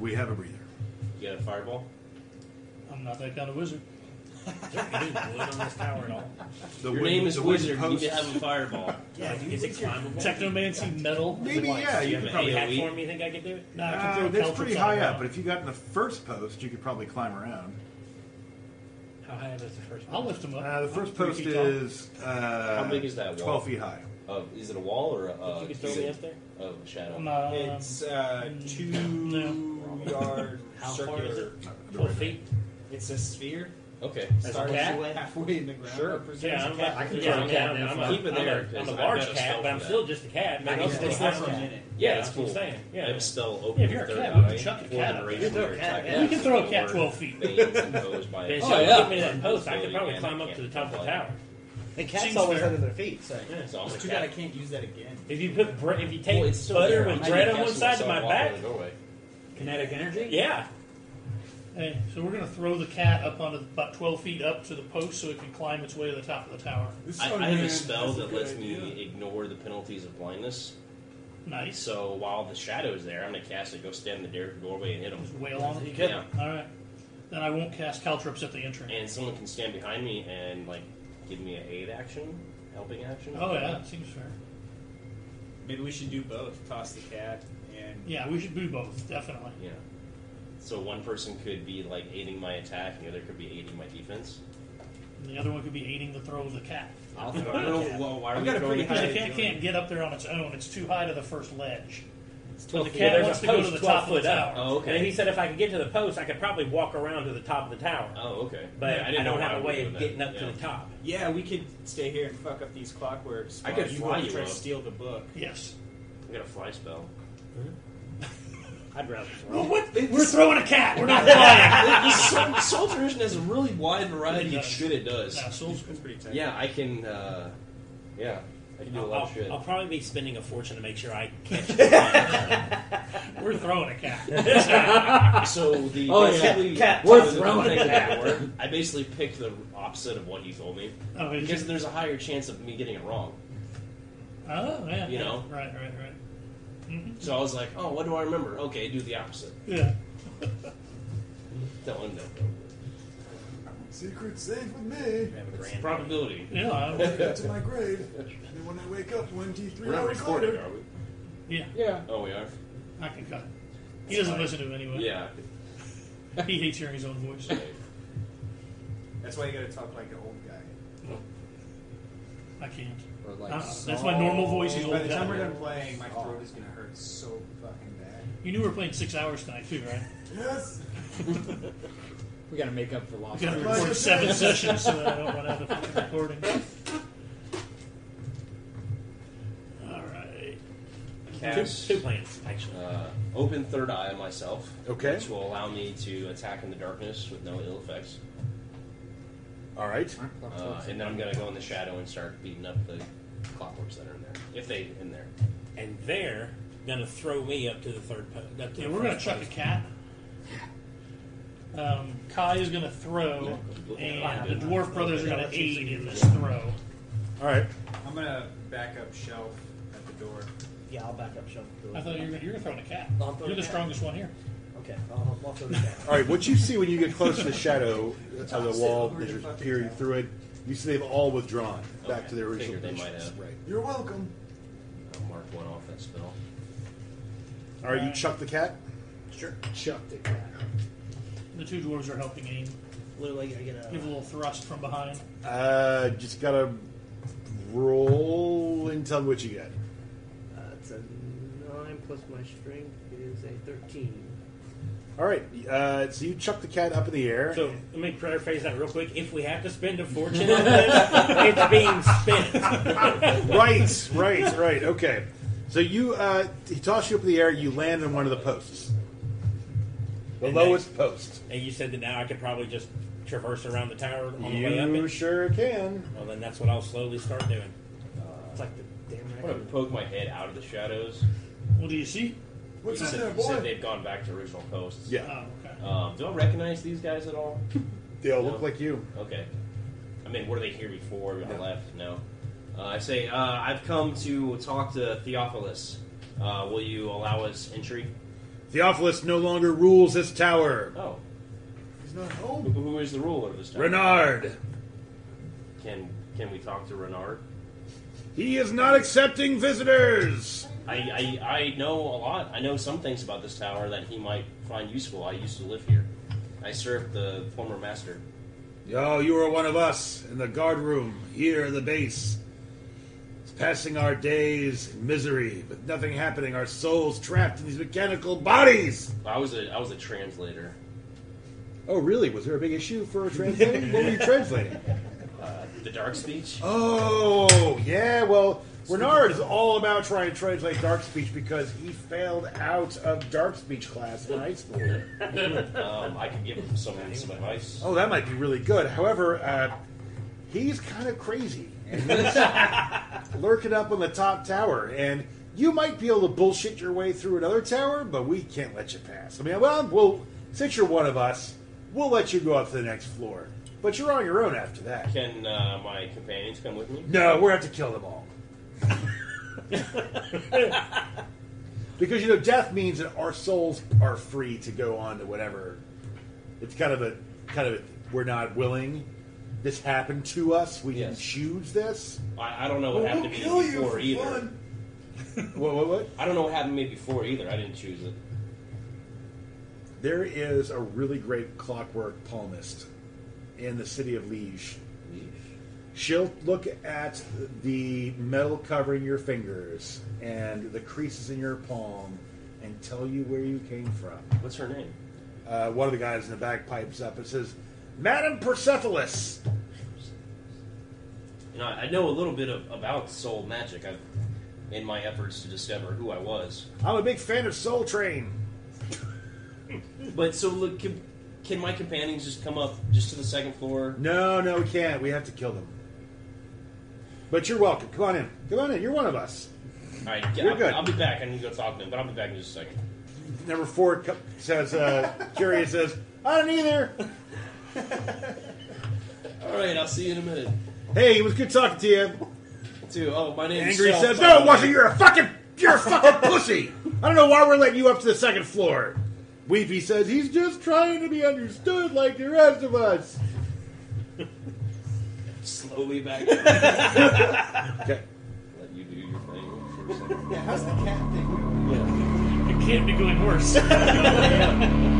Speaker 2: We have a breather.
Speaker 3: You got a fireball?
Speaker 9: I'm not that kind of wizard.
Speaker 6: Is there any wood on this tower at all?
Speaker 2: The
Speaker 3: Your
Speaker 2: wooden-
Speaker 3: name is
Speaker 2: the wooden
Speaker 3: Wizard. You need to
Speaker 2: posts-
Speaker 3: have a fireball.
Speaker 6: Yeah, is it *laughs* climbable?
Speaker 9: Technomancy metal.
Speaker 2: Maybe yeah.
Speaker 3: You
Speaker 2: You
Speaker 3: have
Speaker 2: could
Speaker 3: an
Speaker 2: probably.
Speaker 3: AoE.
Speaker 6: Hat form, you think I could do it?
Speaker 9: No, I can
Speaker 2: Uh,
Speaker 9: throw
Speaker 2: that's
Speaker 9: caltrops
Speaker 2: pretty
Speaker 9: on
Speaker 2: high
Speaker 9: the
Speaker 2: up,
Speaker 9: ground.
Speaker 2: but if you got in the first post, you could probably climb around.
Speaker 6: How high up is the first?
Speaker 9: I'll lift him up.
Speaker 2: Uh, the first
Speaker 9: I'm three
Speaker 2: post
Speaker 9: feet tall.
Speaker 2: is uh,
Speaker 3: How big is that wall?
Speaker 2: 12 feet high.
Speaker 3: *laughs* Uh, is it a wall or a, uh,
Speaker 6: You could throw
Speaker 3: is
Speaker 6: me
Speaker 3: it
Speaker 6: up there?
Speaker 3: a shadow?
Speaker 9: I'm not.
Speaker 10: It's uh, two yard
Speaker 6: How far is
Speaker 10: circular.
Speaker 6: it? Twelve feet.
Speaker 10: It's a sphere.
Speaker 3: Okay.
Speaker 6: As a
Speaker 10: Starts
Speaker 6: cat?
Speaker 10: halfway in the ground.
Speaker 3: Sure.
Speaker 10: Represents
Speaker 6: Yeah,
Speaker 10: a
Speaker 6: I'm
Speaker 10: cat.
Speaker 6: a-
Speaker 8: I can
Speaker 6: yeah,
Speaker 8: throw a
Speaker 6: I'm
Speaker 8: cat
Speaker 6: a-
Speaker 8: in
Speaker 6: I'm a-
Speaker 8: there if I want.
Speaker 3: Keep it
Speaker 6: I'm
Speaker 3: there,
Speaker 6: a- I'm a
Speaker 3: because I've
Speaker 6: large
Speaker 3: got a
Speaker 6: cat,
Speaker 3: spell
Speaker 6: but I'm
Speaker 3: for
Speaker 6: still
Speaker 3: that.
Speaker 6: just a cat.
Speaker 10: I can
Speaker 6: Maybe I'll
Speaker 10: stay
Speaker 6: still
Speaker 10: there
Speaker 6: have
Speaker 10: for a minute.
Speaker 3: Yeah,
Speaker 6: Yeah,
Speaker 3: that's
Speaker 6: that's what
Speaker 3: cool.
Speaker 6: I'm saying.
Speaker 3: Yeah,
Speaker 6: Yeah.
Speaker 3: it's still
Speaker 9: Yeah,
Speaker 3: open.
Speaker 9: if you're a
Speaker 3: third
Speaker 9: cat, we can
Speaker 3: eye,
Speaker 9: chuck a
Speaker 3: form
Speaker 9: cat
Speaker 3: and
Speaker 9: up.
Speaker 3: raise
Speaker 9: You
Speaker 7: can throw a
Speaker 3: your
Speaker 7: cat,
Speaker 3: attack
Speaker 7: yeah.
Speaker 9: You can throw a cat
Speaker 3: or
Speaker 9: 12 feet.
Speaker 3: veins imposed *laughs* by
Speaker 6: Then
Speaker 3: a-
Speaker 6: so
Speaker 3: Oh,
Speaker 6: if you
Speaker 3: yeah.
Speaker 6: give me that post, I could probably
Speaker 3: Yeah.
Speaker 6: climb up to the top of the tower.
Speaker 7: And cats
Speaker 9: Seems
Speaker 7: always
Speaker 9: fair.
Speaker 7: under their feet, so.
Speaker 3: So I'm
Speaker 10: It's
Speaker 3: a
Speaker 10: too bad I
Speaker 3: cat.
Speaker 10: can't use that again.
Speaker 6: If you put bre- if you take
Speaker 3: Well, it's still
Speaker 6: butter
Speaker 3: there.
Speaker 6: with
Speaker 3: I'm
Speaker 6: bread on
Speaker 3: gonna
Speaker 6: one
Speaker 3: cast
Speaker 6: side
Speaker 3: it,
Speaker 6: of
Speaker 3: so
Speaker 6: my
Speaker 3: I'll walk
Speaker 6: back,
Speaker 3: over the doorway.
Speaker 8: Kinetic energy?
Speaker 6: yeah,
Speaker 9: Hey, so we're going to throw the cat up onto the, about 12 feet up to the post so it can climb its way to the top of the tower.
Speaker 5: This
Speaker 3: I,
Speaker 5: sounds
Speaker 3: I have a
Speaker 5: good.
Speaker 3: spell
Speaker 5: That's a
Speaker 3: that
Speaker 5: good
Speaker 3: lets me
Speaker 5: idea.
Speaker 3: ignore the penalties of blindness.
Speaker 9: Nice.
Speaker 3: So while the shadow's there, I'm gonna cast it, go stand in the dar- doorway and hit him.
Speaker 9: Just wail on it.
Speaker 3: Yeah.
Speaker 9: All right. Then I won't cast caltrops at the entrance.
Speaker 3: And someone can stand behind me and like give me an aid action, helping action.
Speaker 9: Oh, yeah, that seems fair.
Speaker 10: Maybe we should do both. Toss the cat and
Speaker 9: Yeah, we should do both, definitely.
Speaker 3: Yeah. So one person could be like aiding my attack, and the other could be aiding my defense.
Speaker 9: And the other one could be aiding the throw of the cat.
Speaker 3: I'll throw I don't know why are
Speaker 10: I've
Speaker 3: we
Speaker 10: got a
Speaker 3: throwing
Speaker 10: pretty
Speaker 3: the
Speaker 9: Because
Speaker 10: high-
Speaker 3: cat.
Speaker 9: the cat can't get up there on its own. It's too high to the first ledge. But
Speaker 6: Yeah,
Speaker 9: the cat
Speaker 6: there's
Speaker 9: wants
Speaker 6: a
Speaker 9: to go to
Speaker 6: post
Speaker 9: the
Speaker 6: 12
Speaker 9: top of the
Speaker 6: foot up.
Speaker 9: tower.
Speaker 3: Oh, okay.
Speaker 6: And he said if I could get to the post, I could probably walk around to the top of the tower.
Speaker 3: Oh, okay.
Speaker 6: But
Speaker 3: Yeah,
Speaker 6: I,
Speaker 3: didn't
Speaker 6: don't
Speaker 3: know why
Speaker 6: have a
Speaker 3: we
Speaker 6: way
Speaker 3: were
Speaker 6: of
Speaker 3: doing
Speaker 6: getting
Speaker 3: that.
Speaker 6: up
Speaker 3: Yeah.
Speaker 6: to the top.
Speaker 10: Yeah, we could stay here and fuck up these clockworks.
Speaker 3: I could
Speaker 10: while you
Speaker 3: fly
Speaker 10: all
Speaker 3: you
Speaker 10: try
Speaker 3: up.
Speaker 10: to steal the book.
Speaker 9: Yes.
Speaker 3: I got a fly spell.
Speaker 6: I'd rather.
Speaker 9: Oh,
Speaker 3: what?
Speaker 9: We're throwing a cat. We're *laughs* not flying.
Speaker 3: Soul Tradition has a really wide variety
Speaker 9: It
Speaker 3: of
Speaker 9: does.
Speaker 3: shit it does.
Speaker 9: Nah, Soul's cool.
Speaker 10: That's pretty tight.
Speaker 3: Yeah, I can. Uh, yeah, I can do a
Speaker 6: I'll,
Speaker 3: lot of shit.
Speaker 6: I'll, I'll probably be spending a fortune to make sure I catch it.
Speaker 9: We're throwing a cat.
Speaker 3: So the
Speaker 7: Oh, yeah.
Speaker 3: basically-
Speaker 7: Cat-
Speaker 3: one
Speaker 7: cat
Speaker 3: of the
Speaker 7: throwing
Speaker 3: things
Speaker 7: it
Speaker 3: that
Speaker 7: back.
Speaker 3: worked, I basically picked the opposite of what he told me
Speaker 9: Oh, it's
Speaker 3: because
Speaker 9: just,
Speaker 3: there's a higher chance of me getting it wrong.
Speaker 9: oh yeah.
Speaker 3: you
Speaker 9: yeah.
Speaker 3: know.
Speaker 9: Right, right, right.
Speaker 3: So I was like, oh, what do I remember? Okay, do the opposite.
Speaker 9: Yeah.
Speaker 3: Tell him that.
Speaker 5: Secret safe with me.
Speaker 6: Have a
Speaker 3: It's
Speaker 6: grand-
Speaker 3: probability.
Speaker 9: Yeah. I,
Speaker 5: Get to my grave. And then when I wake up, one D three
Speaker 2: We're not
Speaker 5: hours
Speaker 2: recorded,
Speaker 5: later.
Speaker 2: are we?
Speaker 9: yeah.
Speaker 10: Yeah.
Speaker 3: Oh, we are.
Speaker 9: I can cut. it. He doesn't listen to it anyway.
Speaker 3: Yeah.
Speaker 9: *laughs* He hates hearing his own
Speaker 7: *laughs*
Speaker 9: voice.
Speaker 10: That's why you gotta talk like an old guy.
Speaker 9: I can't.
Speaker 8: Or like
Speaker 9: Uh, that's
Speaker 8: Saul.
Speaker 9: my normal voice. Is
Speaker 10: By
Speaker 9: old
Speaker 10: the time we're
Speaker 9: guy.
Speaker 10: done playing, my
Speaker 8: Oh.
Speaker 10: throat is gonna hurt so fucking bad.
Speaker 9: You knew we were playing six hours tonight too,
Speaker 7: *laughs*
Speaker 9: right?
Speaker 5: Yes.
Speaker 8: We gotta make up for
Speaker 9: I've
Speaker 8: lost.
Speaker 9: got to
Speaker 5: Right.
Speaker 9: record
Speaker 7: *laughs*
Speaker 9: seven sessions so that I don't run out of fucking recording. All right.
Speaker 6: Two,
Speaker 3: Cast
Speaker 6: two plants, actually.
Speaker 3: uh, open third eye on myself.
Speaker 2: Okay.
Speaker 3: Which will allow me to attack in the darkness with no ill effects.
Speaker 2: All right.
Speaker 3: Uh, and then I'm gonna go in the shadow and start beating up the clockworks that are in there, if they in there.
Speaker 6: and they're gonna throw me up to the third post. Up to
Speaker 9: Yeah,
Speaker 6: the
Speaker 9: we're gonna
Speaker 6: first
Speaker 9: chuck a
Speaker 6: post.
Speaker 9: cat. Um, Kai is gonna throw, and the dwarf brothers are gonna aid in this throw.
Speaker 2: All right.
Speaker 10: I'm gonna back up shelf at the door.
Speaker 7: Yeah, I'll back up, Sean.
Speaker 9: I thought you were gonna, you were throwing a cat.
Speaker 7: No, I'm throwing
Speaker 9: You're the
Speaker 7: a cat.
Speaker 9: strongest one here.
Speaker 7: Okay, I'll, I'll throw the cat.
Speaker 2: All right. What you see when you get close to the shadow of the wall as you're peering through it, you see they've all withdrawn back
Speaker 3: Okay.
Speaker 2: to their original
Speaker 3: Figured they might
Speaker 2: positions.
Speaker 3: have.
Speaker 2: Right.
Speaker 5: You're welcome.
Speaker 3: I'll mark one off that spell.
Speaker 2: All right, you chuck the cat.
Speaker 7: Sure.
Speaker 2: Chuck the cat.
Speaker 9: The two dwarves are helping aim.
Speaker 7: Literally, I get a
Speaker 9: give a little thrust from behind.
Speaker 2: Uh, just gotta roll and tell me what you get.
Speaker 7: Uh, it's a nine plus my strength is a thirteen.
Speaker 2: All right, uh, so you chuck the cat up in the air.
Speaker 6: So let me paraphrase that real quick. If we have to spend a fortune on this, it's being spent.
Speaker 2: right, right, right. Okay. So you, uh, he tosses you up in the air. You land on one of the posts, the
Speaker 6: And
Speaker 2: lowest post.
Speaker 6: And you said that now I could probably just traverse around the tower on the way up.
Speaker 2: You
Speaker 6: It.
Speaker 2: sure can.
Speaker 6: Well, then that's what I'll slowly start doing.
Speaker 7: It's like the damn.
Speaker 3: I'm gonna poke my head out of the shadows.
Speaker 9: What do you see?
Speaker 5: What's
Speaker 3: you
Speaker 5: in
Speaker 3: said,
Speaker 5: there,
Speaker 3: you
Speaker 5: boy?
Speaker 3: said they've gone back to original posts.
Speaker 2: Yeah.
Speaker 9: Oh, okay.
Speaker 3: Um, do I recognize these guys at all?
Speaker 2: They all look
Speaker 3: No.
Speaker 2: like you.
Speaker 3: Okay. I mean, were they here before I left? No. Uh, I say, uh, I've come to talk to Theophilus. Uh, will you allow us entry?
Speaker 2: Theophilus no longer rules this tower.
Speaker 3: Oh,
Speaker 5: He's not
Speaker 3: who-
Speaker 5: home.
Speaker 3: who is the ruler of this town?
Speaker 2: Renard,
Speaker 3: Can can we talk to Renard?
Speaker 2: he is not accepting visitors.
Speaker 3: I, I I know a lot. I know some things about this tower that he might find useful. I used to live here. I served the former master.
Speaker 2: Yo, you are one of us in the guard room here in the base. It's passing our days in misery with nothing happening. Our souls trapped in these mechanical bodies.
Speaker 3: I was a I was a translator.
Speaker 2: Oh, really? Was there a big issue for translating? what were you translating?
Speaker 3: Uh, the dark speech.
Speaker 2: *laughs* Oh, yeah. Well, Renard is all about trying to translate dark speech because he failed out of dark speech class in high school.
Speaker 3: *laughs* Um, I could give him some some advice.
Speaker 2: Oh, that might be really good. However, uh, he's kind of crazy and he's lurking up on the top tower. And you might be able to bullshit your way through another tower, but we can't let you pass. I mean, well, we'll since you're one of us, we'll let you go up to the next floor. But you're on your own after that.
Speaker 3: Can uh, my companions come with me?
Speaker 2: No, we're gonna have to kill them all. because you know, death means that our souls are free to go on to whatever. It's kind of a kind of a, we're not willing. This happened to us. We didn't
Speaker 3: Yes.
Speaker 2: choose this.
Speaker 3: I, I don't know
Speaker 5: Well,
Speaker 3: what
Speaker 5: we'll
Speaker 3: happened to me
Speaker 5: kill you
Speaker 3: before
Speaker 5: for
Speaker 3: either.
Speaker 5: fun.
Speaker 2: What? What? What?
Speaker 3: I don't know what happened to me before either. I didn't choose it.
Speaker 2: There is a really great clockwork palmist in the city of Liege. She'll look at the metal covering your fingers and the creases in your palm and tell you where you came from.
Speaker 3: What's her name?
Speaker 2: Uh, one of the guys in the back pipes up and says, Madam Persepolis!
Speaker 3: You know, I I know a little bit of, about soul magic. I've in my efforts to discover who I was.
Speaker 2: I'm a big fan of Soul Train.
Speaker 3: But so look, can, can my companions just come up just to the second floor?
Speaker 2: No, no, we can't. We have to kill them. But you're welcome. Come on in. Come on in. You're one of us.
Speaker 3: All right, yeah,
Speaker 2: You're
Speaker 3: I'll,
Speaker 2: good.
Speaker 3: I'll be back. I need to go talk to him, but I'll be back in just a second.
Speaker 2: Number four co- says, uh, Curious says, I don't either.
Speaker 3: All right, I'll see you in a minute.
Speaker 2: Hey, it was good talking to you.
Speaker 3: Too. Oh, my name.
Speaker 2: Angry
Speaker 3: is Seth,
Speaker 2: says,
Speaker 3: by
Speaker 2: No,
Speaker 3: the
Speaker 2: it
Speaker 3: way."
Speaker 2: wasn't. You're a fucking, you're a fucking pussy. I don't know why we're letting you up to the second floor. Weepy says, He's just trying to be understood like the rest of us.
Speaker 3: slowly back. Let
Speaker 2: Okay.
Speaker 3: you do your thing.
Speaker 10: Yeah, how's the cat thing?
Speaker 9: It can't be going worse.
Speaker 3: Yeah.